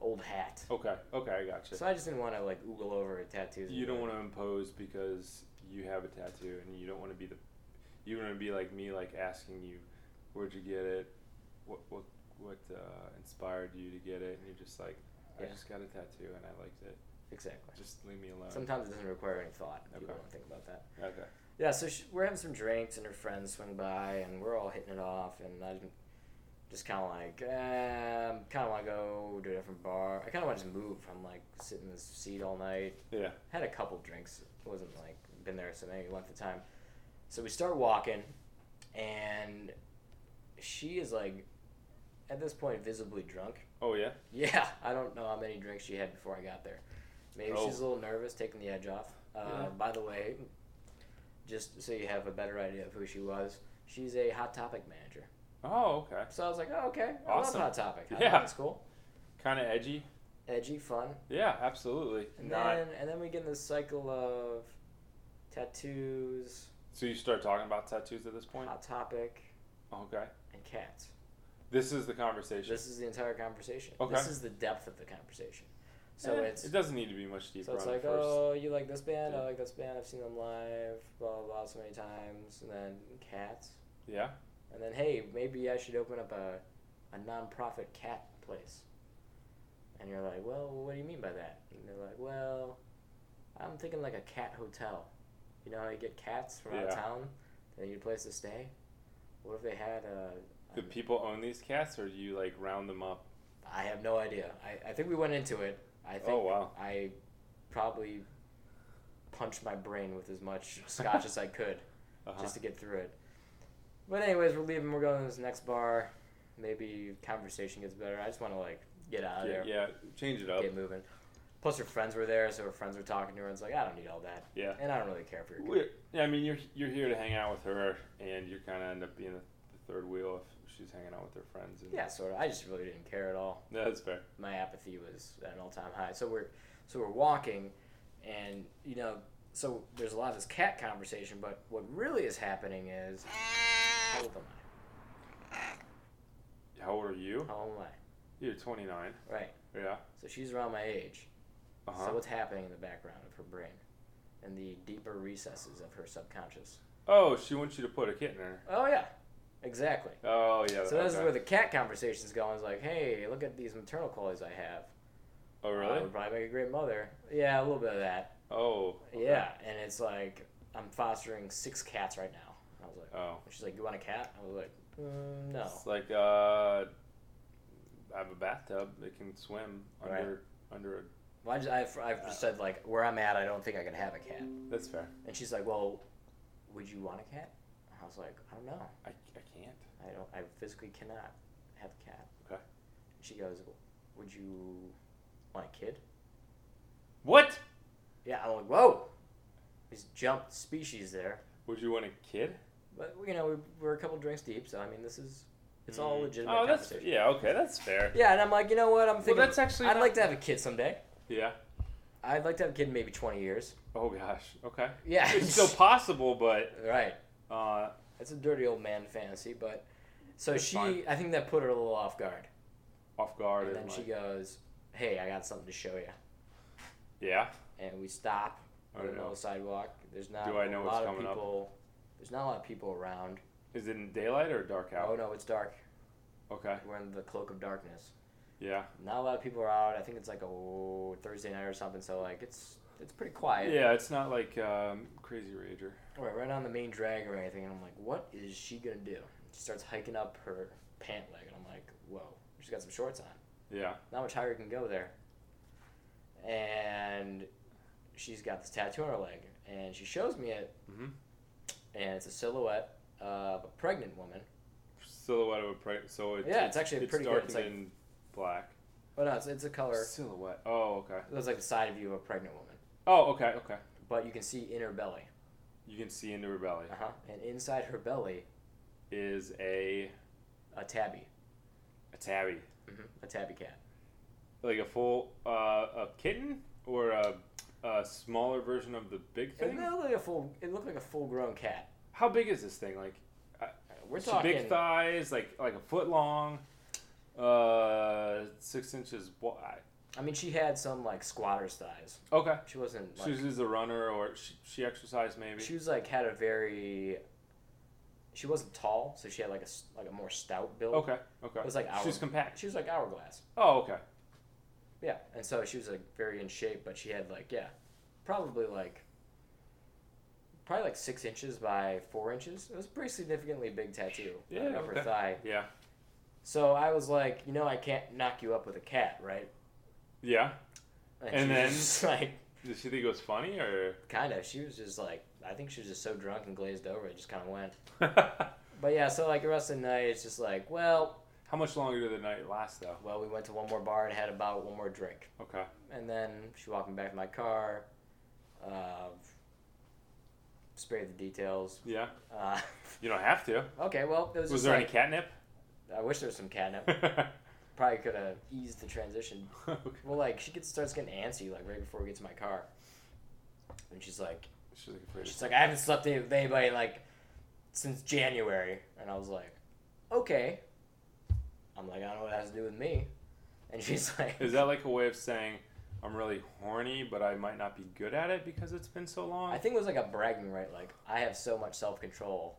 old hat. Okay. Okay, I gotcha. So I just didn't want to like oogle over at tattoos. you don't want to impose because you have a tattoo, and you don't want to be the. You want to be like me, like asking you, where'd you get it? What what what uh, inspired you to get it? And you're just like, Yeah. I just got a tattoo and I liked it. exactly. Just leave me alone. Sometimes it doesn't require any thought. If You Okay. don't want to think about that. Okay. Yeah, so sh we're having some drinks, and her friends swing by, and we're all hitting it off. And I'm just kind of like, um, kind of want to go to a different bar. I kind of want to just move. I'm like sitting in this seat all night. Yeah. had a couple drinks. It wasn't like been there so many length of time. So we start walking, and she is like, at this point, visibly drunk. Oh yeah. [LAUGHS] Yeah, I don't know how many drinks she had before I got there. Maybe Oh. she's a little nervous, taking the edge off. Uh, Yeah. By the way, just so you have a better idea of who she was, she's a Hot Topic manager. Oh okay. So I was like, oh, okay, I Awesome. love Hot Topic. Hot Yeah. Topic's cool. Kind of edgy. edgy, fun, Yeah, absolutely. and Not then and then we get in this cycle of tattoos, so you start talking about tattoos at this point. hot topic, Okay, and cats. this is the conversation. This is the entire conversation. Okay. This is the depth of the conversation. So Eh, it's it doesn't need to be much deeper. So it's on like, the first. oh, you like this band? Yeah. I like this band. I've seen them live, blah, blah, blah, so many times. And then cats. yeah, And then, hey, maybe I should open up a, a non-profit cat place. And you're like, well, what do you mean by that? And they're like, well, I'm thinking like a cat hotel. You know how you get cats from out of Yeah. town? They need a place to stay? What if they had a... do people own these cats, or do you like round them up? I have no idea. I, I think we went into it. I think Oh, wow. I probably punched my brain with as much scotch as [LAUGHS] I could Uh-huh. just to get through it. But anyways, we're leaving. We're going to this next bar. Maybe conversation gets better. I just want to like get out of yeah, there, yeah, change it up. get moving. Plus, her friends were there, so her friends were talking to her. And it's like I don't need all that, Yeah. and I don't really care if you're good. We're- Yeah, I mean, you're you're here to hang out with her, and you kind of end up being the, the third wheel if she's hanging out with her friends. And, Yeah, sort of. I just really didn't care at all. no, that's fair. my apathy was at an all-time high. So we're so we're walking, and you know, so there's a lot of this cat conversation, but what really is happening is how old am I? How old are you? How old am I? You're 29. Right. Yeah. So she's around my age. Uh huh. So what's happening in the background of her brain, and the deeper recesses of her subconscious? oh, she wants you to put a kitten in her. Oh yeah, exactly. Oh yeah. So this is okay. where the cat conversation's going. It's like, hey, look at these maternal qualities I have. Oh I really? would probably make a great mother. Yeah, a little bit of that. oh. okay. Yeah, and it's like I'm fostering six cats right now. I was like, Oh. she's like, you want a cat? I was like, mm, no. It's like uh, I have a bathtub. It can swim under Right. under. A, Well, I just, I've, Uh. I've just said like where I'm at, I don't think I can have a cat. that's fair. And she's like, well, would you want a cat? I was like, I don't know. I, I can't. I don't. I physically cannot have a cat. Okay. She goes, would you want a kid? What? Yeah. I'm like, whoa. We just jumped species there. Would you want a kid? But you know, we, we're a couple drinks deep, so I mean, this is it's all Mm. legitimate Oh, that's conversation. yeah. Okay, that's fair. Yeah, and I'm like, you know what? I'm Well, thinking. that's actually. I'd not- like to have a kid someday. Yeah. I'd like to have a kid in maybe 20 years. Oh gosh. [LAUGHS] Okay. Yeah. it's still possible, but right. uh, That's a dirty old man fantasy, but so That's she, fine. I think that put her a little off guard. off guard. And And then she like- goes, "Hey, I got something to show you." yeah. And we stop I on the don't know. middle of the sidewalk. There's not Do I know a what's lot of coming up? people. There's not a lot of people around. Is it in daylight or dark Oh out? no, it's dark. Okay. We're in the cloak of darkness. Yeah. Not a lot of people are out. I think it's like a Thursday night or something. So like it's it's pretty quiet. Yeah. It's not like um, Crazy Rager. Right, right on the main drag or anything, and I'm like, what is she gonna do? She starts hiking up her pant leg, and I'm like, whoa, she's got some shorts on. Yeah. Not much higher you can go there. And she's got this tattoo on her leg, and she shows me it, Mhm. and it's a silhouette of a pregnant woman. Silhouette of a pre- so it's Yeah, it's actually pretty good. darkened It's like- in black. Oh no, it's, it's a color. Silhouette. Oh, okay. That's like the side view of a pregnant woman, Oh, okay, okay. but you can see in her belly. You can see into her belly Uh huh. And inside her belly, is a a tabby, a tabby, hmm a tabby cat. like a full uh, a kitten or a, a smaller version of the big It thing. looked like a full. It looked like a full-grown cat. How big is this thing? Like We're so talking big thighs, like like a foot long, uh, six inches wide. I mean, she had some like squatter's thighs. Okay. She wasn't. Like, She was a runner, or she, she exercised maybe. she was like had a very. She wasn't tall, so she had like a s- like a more stout build. okay, okay. It was like She's hour- compact. She was like hourglass. Oh, okay. Yeah, and so she was like very in shape, but she had like yeah, probably like. Probably like six inches by four inches. It was a pretty significantly big tattoo Yeah, on her upper okay. thigh. Yeah, So I was like, you know, I can't knock you up with a cat, right? yeah. And she was then- just [LAUGHS] like, Does she think it was funny or? [LAUGHS] kind of, she was just like, I think she was just so drunk and glazed over, it just kind of went. How But yeah, so like the rest of the night, it's just like, well, much longer did the night last though? well, we went to one more bar and had about one more drink, Okay. and then she walked me back to my car. Uh, spare the details. Yeah. Uh, [LAUGHS] You don't have to. okay, well, it was, Was, just [LAUGHS] there like, any catnip? [LAUGHS] I wish there was some catnip. probably could have eased the transition. okay. Well, like she gets starts getting antsy like right before we get to my car, and she's like, She's like afraid. she's like, I haven't slept with anybody like since January, and I was like, okay. I'm like, I don't know what that has to do with me, and she's [LAUGHS] like, Is that like a way of saying I'm really horny, but I might not be good at it because it's been so long? I think it was like a bragging right, like I have so much self control.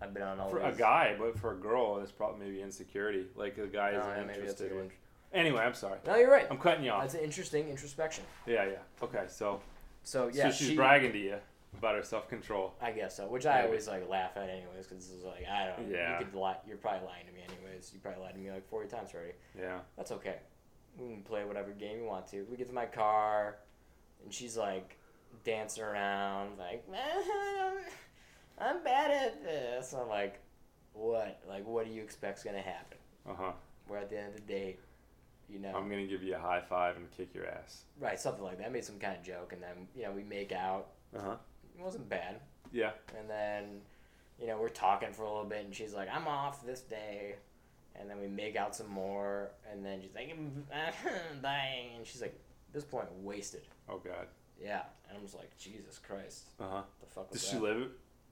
I've been on all for a these. guy, but for a girl, it's probably maybe insecurity. Like the guy No, isn't yeah, maybe that's a interested. good one. Anyway, I'm sorry. No, you're right. I'm cutting you off. That's an interesting introspection. Yeah, yeah. Okay, so So yeah, so she's she, bragging to you about her self control. I guess so. Which I Maybe. always like laugh at, anyways, because it's like I don't. know. Yeah. You could lie. You're probably lying to me, anyways. You probably lied to me like forty times already. Yeah. That's okay. We can play whatever game you want to. We get to my car, and she's like dancing around, like [LAUGHS] I'm bad at this. I'm like, what? Like, what do you expect's gonna happen? Uh huh. We're at the end of the day, you know. I'm gonna give you a high five and kick your ass. Right, something like that. I made some kind of joke, and then you know we make out. Uh huh. It wasn't bad. Yeah. And then, you know, we're talking for a little bit, and she's like, "I'm off this day," and then we make out some more, and then she's like, "I'm [LAUGHS] dying," and she's like, "At this point, wasted." Oh God. Yeah, and I'm just like, "Jesus Christ, Uh huh. the fuck was Does Uh-huh. that?" she live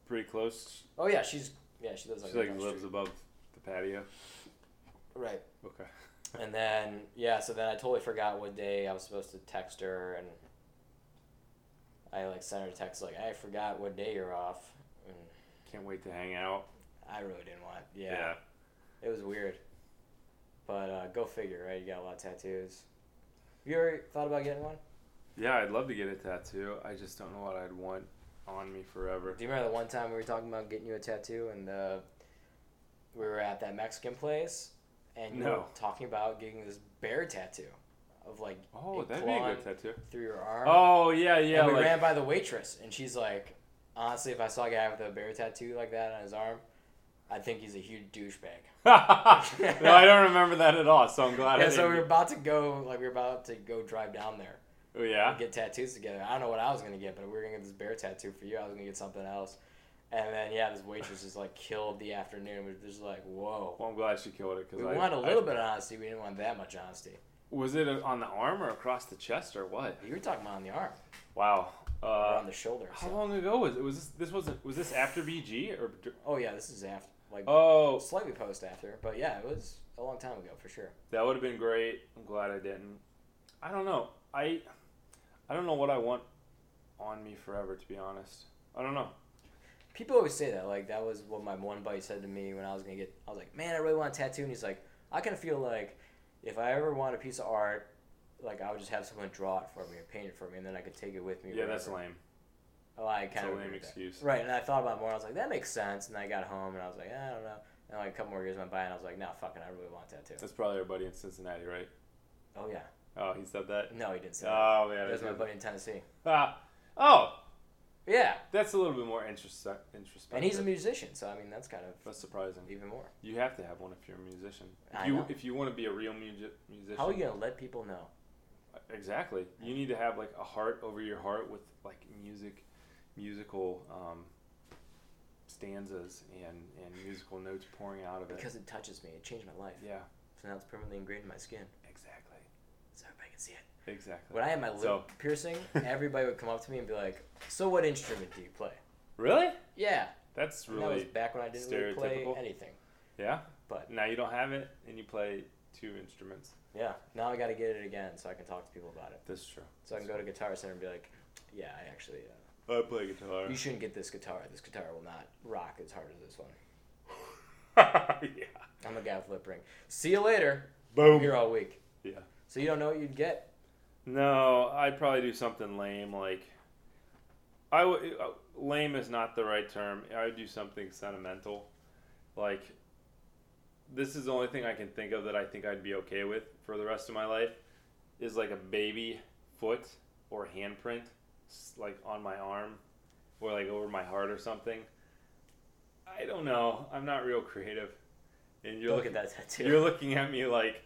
pretty close? oh yeah, she's yeah, she lives like, she like across the lives street. above the patio. right. Okay. And then yeah, so then I totally forgot what day I was supposed to text her, and I like sent her a text like, "I forgot what day you're off." And Can't wait to hang out. I really didn't want. Yeah, it was weird. But uh, go figure, right? You got a lot of tattoos. You ever thought about getting one? Yeah, I'd love to get a tattoo. I just don't know what I'd want on me forever. Do you remember the one time we were talking about getting you a tattoo and uh, we were at that Mexican place and you were No. talking about getting this bear tattoo of like Oh, it that'd be a clawing good tattoo. through your arm. Oh yeah, yeah. and we like- ran by the waitress and she's like, honestly, if I saw a guy with a bear tattoo like that on his arm, I think he's a huge douchebag. [LAUGHS] no, I don't remember that at all. So I'm glad. I Yeah, so didn't we were get- about to go, like we were about to go drive down there. Oh, yeah. and get tattoos together. I don't know what I was gonna get, but we were gonna get this bear tattoo for you. I was gonna get something else, and then yeah, this waitress just like killed the afternoon. We We're just like, whoa. Well, I'm glad she killed it We because I wanted a little I- bit of honesty. We didn't want that much honesty. Was it on the arm or across the chest or what? You were talking about on the arm, Wow. or Uh, on the shoulder. how So. long ago was it? Was this? This wasn't. Was this after BG or? dur- Oh yeah, this is after, like Oh, slightly post after, but yeah, it was a long time ago for sure. that would have been great. I'm glad I didn't. I don't know. I, I don't know what I want on me forever. To be honest, I don't know. People always say that. Like that was what my one buddy said to me when I was gonna get. I was like, man, I really want a tattoo, and he's like, I kind of feel like if I ever want a piece of art, like I would just have someone draw it for me or paint it for me, and then I could take it with me. Yeah, that's wherever. lame. Oh, I That's kind a of lame excuse. Right, and I thought about it more. I was like, that makes sense. And I got home and I was like, I don't know. And like a couple more years went by, and I was like, no, fucking, I really want that too. That's probably our buddy in Cincinnati, right? Oh yeah, Oh, he said that. no, he didn't say that. Oh yeah, That was that's my buddy in Tennessee. Ah, oh, Yeah, that's a little bit more interest introspective. and he's a musician, so I mean, that's kind of That's surprising. even more. You have to have one if you're a musician. If I you know. if you want to be a real music musician, uh, How are you gonna let people know? exactly? You need to have like a heart over your heart with like music, musical um, stanzas and and musical notes pouring out of it. Because it touches me. It changed my life. yeah, So now it's permanently ingrained in my skin, exactly, so everybody can see it. exactly. When I had my lip So- [LAUGHS] piercing, everybody would come up to me and be like, "So what instrument do you play?" really? Yeah, That's and that was really back when I didn't really play stereotypical. anything. yeah. But- now you don't have it, and you play two instruments. Yeah, now I got to get it again so I can talk to people about it. That's true. So I can go to Guitar Center and be like, yeah, I actually, uh, I play guitar. you shouldn't get this guitar. This guitar will not rock as hard as this one. [LAUGHS] yeah. I'm a guy with lip ring. See you later. I'm Boom. here all week. Yeah. So you don't know what you'd get. No, I'd probably do something lame like I w- uh, lame is not the right term. I would do something sentimental. Like this is the only thing I can think of that I think I'd be okay with for the rest of my life is like a baby foot or handprint s- like on my arm or like over my heart or something. I don't know. I'm not real creative. And you're Look looking at that tattoo. you're looking at me like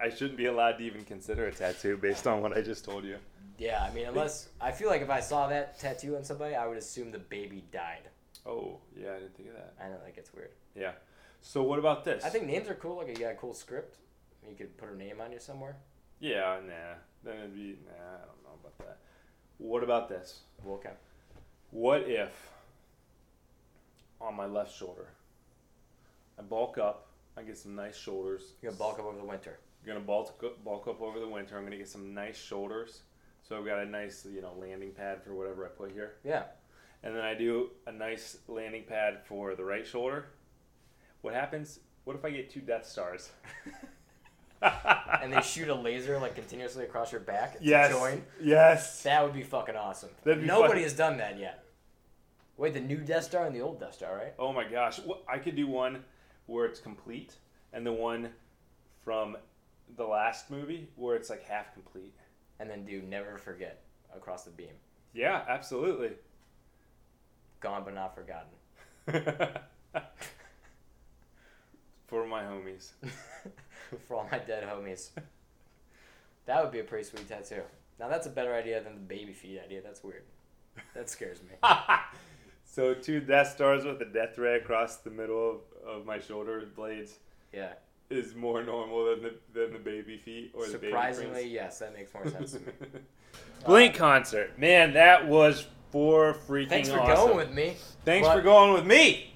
I shouldn't be allowed to even consider a tattoo based on what I just told you. yeah, I mean, unless I feel like if I saw that tattoo on somebody, I would assume the baby died. Oh, yeah, I didn't think of that. I know that gets weird. So what about this? I think names are cool. Like you got a cool script. You could put her name on you somewhere. Yeah, nah. Then it'd be nah. I don't know about that. What about this? Well, okay. What if on my left shoulder, I bulk up, I get some nice shoulders. You're gonna bulk up over the winter. gonna bulk up, bulk up over the winter. I'm gonna get some nice shoulders. So I've got a nice, you know, landing pad for whatever I put here, [LAUGHS] Yeah. and then I do a nice landing pad for the right shoulder. What happens? What if I get two Death Stars? [LAUGHS] [LAUGHS] And they shoot a laser like continuously across your back to yes, join. yes. That would be fucking awesome. That'd be Nobody fucking- has done that yet. Wait, the new Death Star and the old Death Star, right? Oh my gosh, Wh- I could do one where it's complete, and the one from the last movie where it's like half complete. And then do Never Forget across the beam. Yeah, absolutely. [LAUGHS] Gone but not forgotten. For my homies. [LAUGHS] For all my dead homies. That would be a pretty sweet tattoo. Now that's a better idea than the baby feet idea. That's weird. That scares [LAUGHS] me. so two Death Stars with a death ray across the middle of, of my shoulder blades Yeah. is more normal than the than the baby feet or Surprisingly, the yes, that makes more baby sense [LAUGHS] prints. to me. Blink concert, man, that was for freaking Thanks for awesome. going with me. Thanks But- for going with me.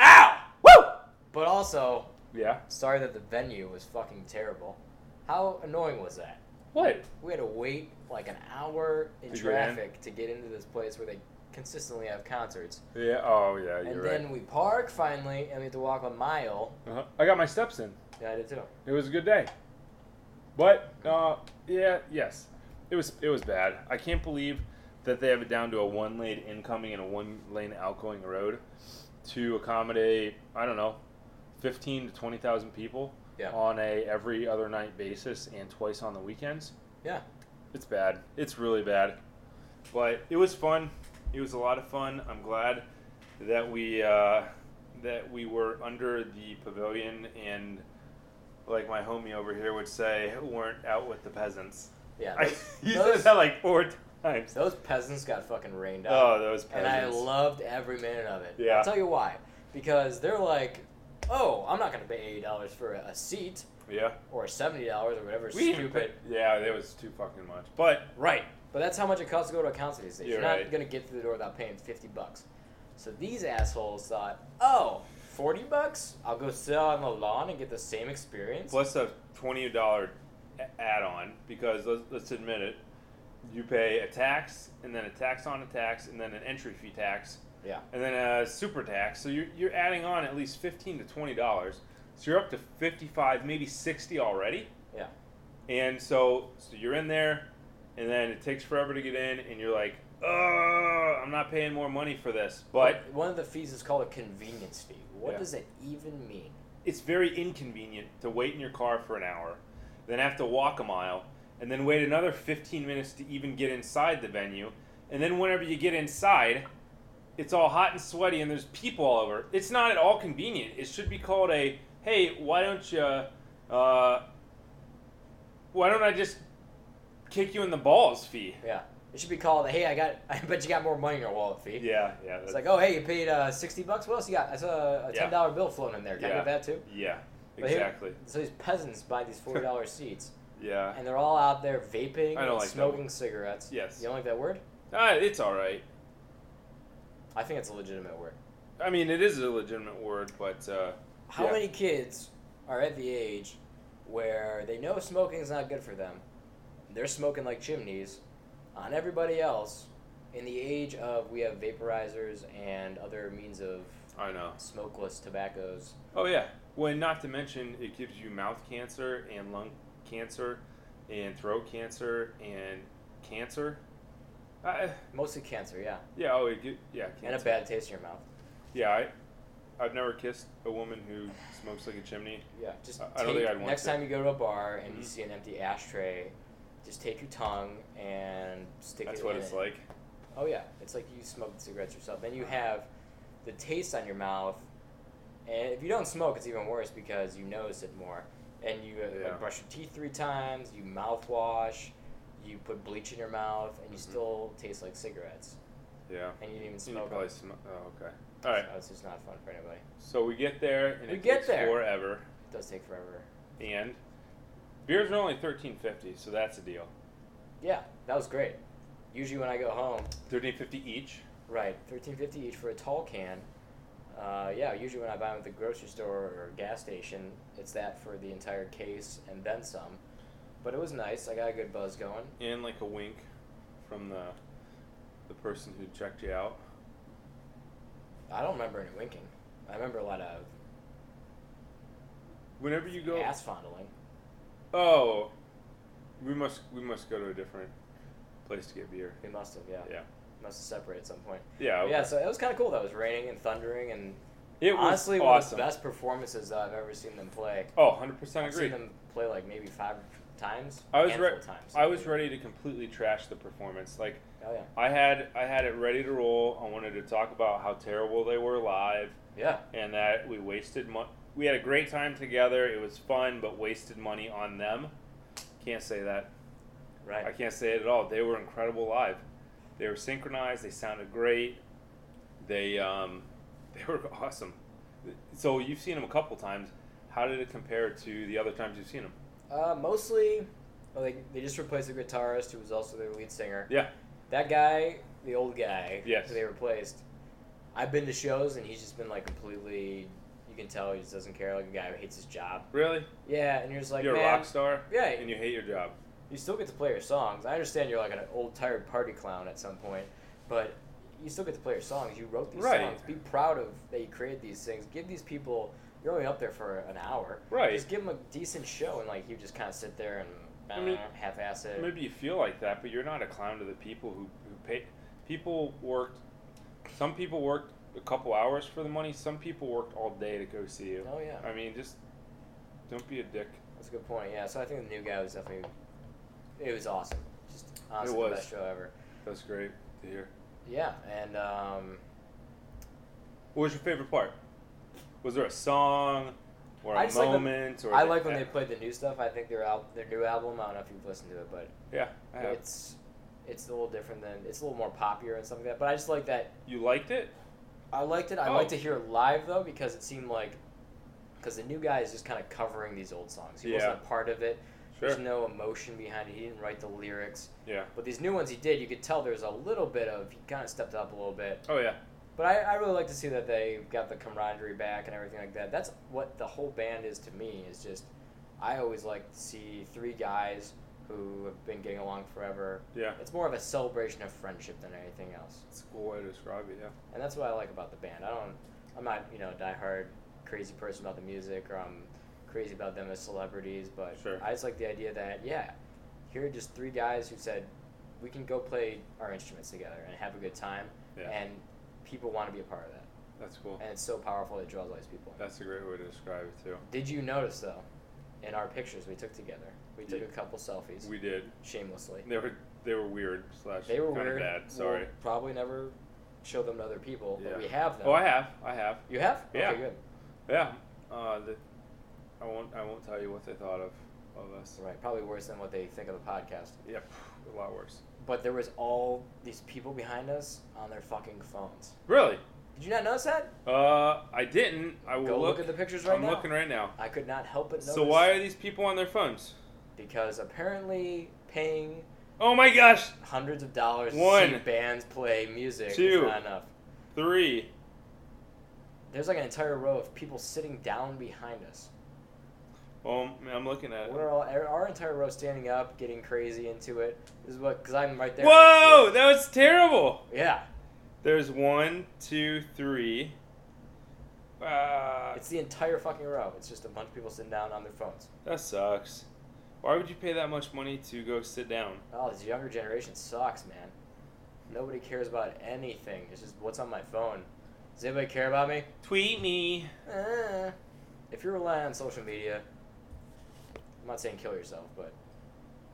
Ow! Woo! But also, Yeah. sorry that the venue was fucking terrible. How annoying was that? What? We had to wait like an hour in To get in? traffic to get into this place where they consistently have concerts. Yeah. Oh, yeah. and then we park finally, and we have to walk a mile. Uh-huh. I got my steps in. Yeah, I did too. It was a good day. But uh, yeah, yes, it was. It was bad. I can't believe that they have it down to a one lane incoming and a one lane outgoing road to accommodate. I don't know, fifteen to twenty thousand people Yeah. on a every other night basis and twice on the weekends. Yeah. It's bad. It's really bad. But it was fun. It was a lot of fun. I'm glad that we uh, that we were under the pavilion and like my homie over here would say, weren't out with the peasants. Yeah. [LAUGHS] I, those- he those- said that like four times. Those peasants got fucking rained out. Oh, those and peasants. I loved every minute of it. Yeah. I'll tell you why. Because they're like, oh, I'm not going to pay $80 for a, a seat yeah. or $70 or whatever We didn't stupid. put- yeah, that was too fucking much. But Right. But that's how much it costs to go to a concert these days. You're, You're not right. going to get through the door without paying 50 bucks. So these assholes thought, oh, 40 bucks? I'll go sit out on the lawn and get the same experience. plus a twenty dollar add on because let's, let's admit it, you pay a tax and then a tax on a tax and then an entry fee tax Yeah. and then a super tax. So you're you're adding on at least fifteen to twenty dollars. So you're up to fifty five, maybe sixty already. Yeah. And so so you're in there, and then it takes forever to get in, and you're like, oh, I'm not paying more money for this, but. one of the fees is called a convenience fee. What Yeah. does that even mean? it's very inconvenient to wait in your car for an hour, then have to walk a mile, and then wait another 15 minutes to even get inside the venue. And then whenever you get inside, it's all hot and sweaty and there's people all over. It's not at all convenient. It should be called a hey, why don't you, uh, why don't I just kick you in the balls fee? Yeah. It should be called, hey, I got, [LAUGHS] I bet you got more money in your wallet fee. Yeah, yeah. It's like, oh, hey, you paid uh, 60 bucks? What else you got? I saw a $10 Yeah. bill floating in there. Can I Yeah. get that too? yeah, oh. But here- exactly. So these peasants buy these [LAUGHS] $40 seats, Yeah. and they're all out there vaping I don't and like that smoking word. cigarettes. Yes. You don't like that word? Ah, it's all right. I think it's a legitimate word. I mean, it is a legitimate word, but uh, How Yeah. many kids are at the age where they know smoking's not good for them? They're smoking like chimneys on everybody else in the age of we have vaporizers and other means of I know. smokeless tobaccos. Oh yeah. Well, and not to mention it gives you mouth cancer and lung cancer and throat cancer and cancer. I, Mostly cancer, yeah. yeah. Oh, it, gi- yeah. Cancer. And a bad taste in your mouth. Yeah. I, I've never kissed a woman who smokes like a chimney. Yeah, just I- I don't take- think I'd want next to. time you go to a bar and you Mhm. see an empty ashtray, just take your tongue and stick That's it what in it's it. like. Oh yeah, it's like you smoked cigarettes yourself. Then you have the taste on your mouth, and if you don't smoke, it's even worse because you notice it more. And you uh, Yeah. brush your teeth three times, you mouthwash, you put bleach in your mouth, and you Mhm. still taste like cigarettes. Yeah. And you didn't even You smoke. probably them. sm- oh, okay. All right. So it's just not fun for anybody. So we get there and We it get takes there. forever. It does take forever. And Beers are only thirteen fifty, so that's a deal. Yeah, that was great. Usually when I go home, Thirteen fifty each. right, thirteen fifty each for a tall can. Uh, yeah, usually when I buy them at the grocery store or gas station, it's that for the entire case and then some. But it was nice. I got a good buzz going. and like a wink from the the person who checked you out. I don't remember any winking. I remember a lot of Whenever you go, ass fondling. oh, we must we must go to a different place to get beer. We must have, yeah. Yeah, Must have separated at some point. yeah, Yeah, so it was kind of cool. That it was raining and thundering, and It was honestly one of awesome. the best performances that I've ever seen them play. Oh, 100 percent I've seen agree. them play like maybe five times. I was handful re- of times. I was ready to completely trash the performance. Like Oh yeah, I had I had it ready to roll. I wanted to talk about how terrible they were live yeah. and that we wasted money. We had a great time together. It was fun, but wasted money on them. Can't say that. I Right. can't say it at all. They were incredible live. They were synchronized. They sounded great. They um, [LAUGHS] they were awesome. So you've seen them a couple times. How did it compare to the other times you've seen them? Uh, mostly, well, they, they just replaced the guitarist who was also their lead singer. Yeah, That guy, the old guy, Yes. who they replaced. I've been to shows and he's just been like completely. You can tell he just doesn't care. Like a guy who hates his job. really? Yeah, and you're just like, You're man, a rock star. Yeah. and you hate your job. you still get to play your songs. I understand you're like an old tired party clown at some point, but you still get to play your songs. You wrote these Right. songs. Be proud of that you created these things. Give these people. You're only up there for an hour. Right. Just give them a decent show, and like you just kind of sit there and I mean- uh, half-ass it. Maybe you feel like that, but you're not a clown to the people who who pay. People worked. Some people worked a couple hours for the money. Some people worked all day to go see you. Oh yeah, I mean, just don't be a dick. that's a good point. Yeah, so I think the new guy was definitely. It was awesome. Just honestly was. the best show ever. That's great to hear. Yeah, and um, What was your favorite part? Was there a song or a I just like when- moment? or I like when they played the new stuff. I think their al- their new album. I don't know if you've listened to it, but Yeah, I have. it's it's a little different than it's a little more popular and stuff like that. But I just like that. you liked it. I liked it. I Oh. like to hear it live though because it seemed like because the new guy is just kind of covering these old songs. He wasn't a part of it. Sure. There's no emotion behind it. He didn't write the lyrics. Yeah. But these new ones he did, you could tell there's a little bit of he kind of stepped up a little bit. Oh yeah. But I, I really like to see that they got the camaraderie back and everything like that. That's what the whole band is to me. Is just I always like to see three guys who have been getting along forever Yeah. it's more of a celebration of friendship than anything else, It's a cool way to describe it. Yeah. and that's what I like about the band. I don't, I'm not you know a diehard crazy person about the music, or I'm crazy about them as celebrities, but Sure. I just like the idea that yeah, here are just three guys who said we can go play our instruments together and have a good time, Yeah. and people want to be a part of that, That's cool. and it's so powerful it draws all these people. in. That's a great way to describe it too. Did you notice though, in our pictures we took together, we took Yeah. a couple selfies We did. shamelessly. They were they were weird slash They were kind weird. of bad. Sorry. We'll probably never show them to other people, Yeah. but we have them. oh, I have. I have. You have? Yeah. Okay, good. Yeah. Uh, the, I won't. I won't tell you what they thought of of us. Right. Probably worse than what they think of the podcast. Yep. A lot worse. But there was all these people behind us on their fucking phones. Really? Did you not notice that? Uh, I didn't. I will Go look, look at the pictures right I'm now. looking right now. I could not help but notice. So why are these people on their phones? Because apparently paying Oh my gosh! hundreds of dollars to see One. bands play music is Two. not enough. Three. There's like an entire row of people sitting down behind us. Oh, man, I'm looking at it. We're all er, our our entire row standing up, getting crazy into it. This is what because I'm right there. Whoa! That was terrible. Yeah, There's one, two, three. Ah, it's the entire fucking row. It's just a bunch of people sitting down on their phones. that sucks. Why would you pay that much money to go sit down? Oh, this younger generation sucks, man. Nobody cares about anything. It's just what's on my phone. Does anybody care about me? Tweet me. Eh. If you're relying on social media, I'm not saying kill yourself, but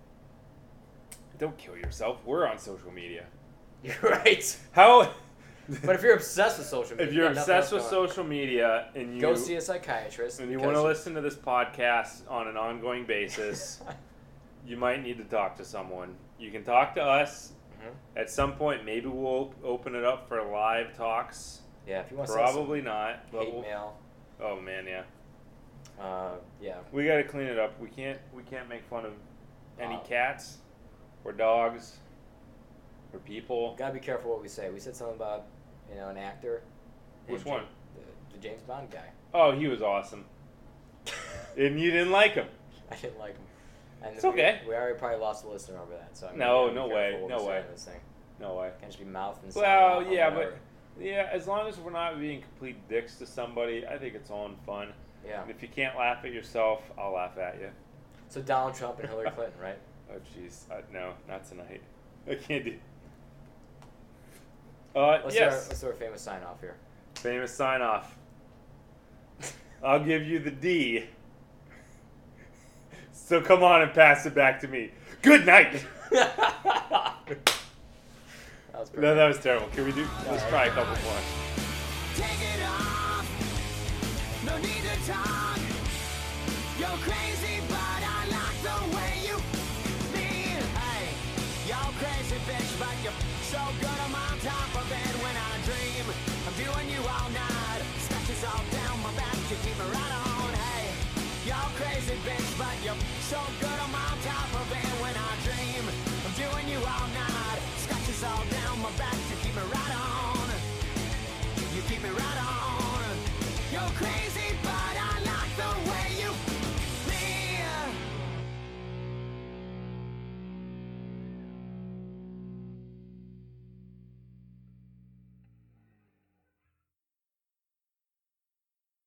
[LAUGHS] Don't kill yourself. We're on social media. you're right. How? [LAUGHS] But if you're obsessed with social media, [LAUGHS] if you're you got nothing else obsessed with going on. social media and you go see a psychiatrist. and you because- want to listen to this podcast on an [LAUGHS] ongoing basis, you might need to talk to someone. You can talk to us. Mhm. At some point, maybe we'll open it up for live talks. yeah, if you want to Probably not. send But some hate we'll, mail, oh man, yeah. Uh, yeah. We got to clean it up. We can't we can't make fun of any Uh, cats or dogs or people. Gotta be careful what we say. We said something about, you know, an actor. Which Named one? Ja- The, the James Bond guy. Oh, he was awesome, [LAUGHS] and you didn't like him. I didn't like him. And It's we- okay. We, already probably lost a listener over that. So I mean, No, gotta be no careful way, what we no say way. on This thing No way. can't just be mouth and. Well, yeah, but yeah, as long as we're not being complete dicks to somebody, I think it's all in fun. yeah. And if you can't laugh at yourself, I'll laugh at you. So Donald Trump and Hillary Clinton, right? Oh jeez, I- no, not tonight. [LAUGHS] I can't do. Uh, Let's do our, yes, let's do our famous sign off [LAUGHS] here. [LAUGHS] famous sign off. [LAUGHS] I'll give you the D. [LAUGHS] So come on and pass it back to me. Good night. [LAUGHS] that was pretty. No, that was terrible. Can we do? Let's try a couple more. Take it off. No need to talk. You're crazy, but I like the way you feel. Hey, you're crazy, bitch, but you're so good. I'm on top of it when I dream. I'm doing you all night. Scratches all down my back. You keep me right on. Hey, you're crazy, bitch, but you're so good.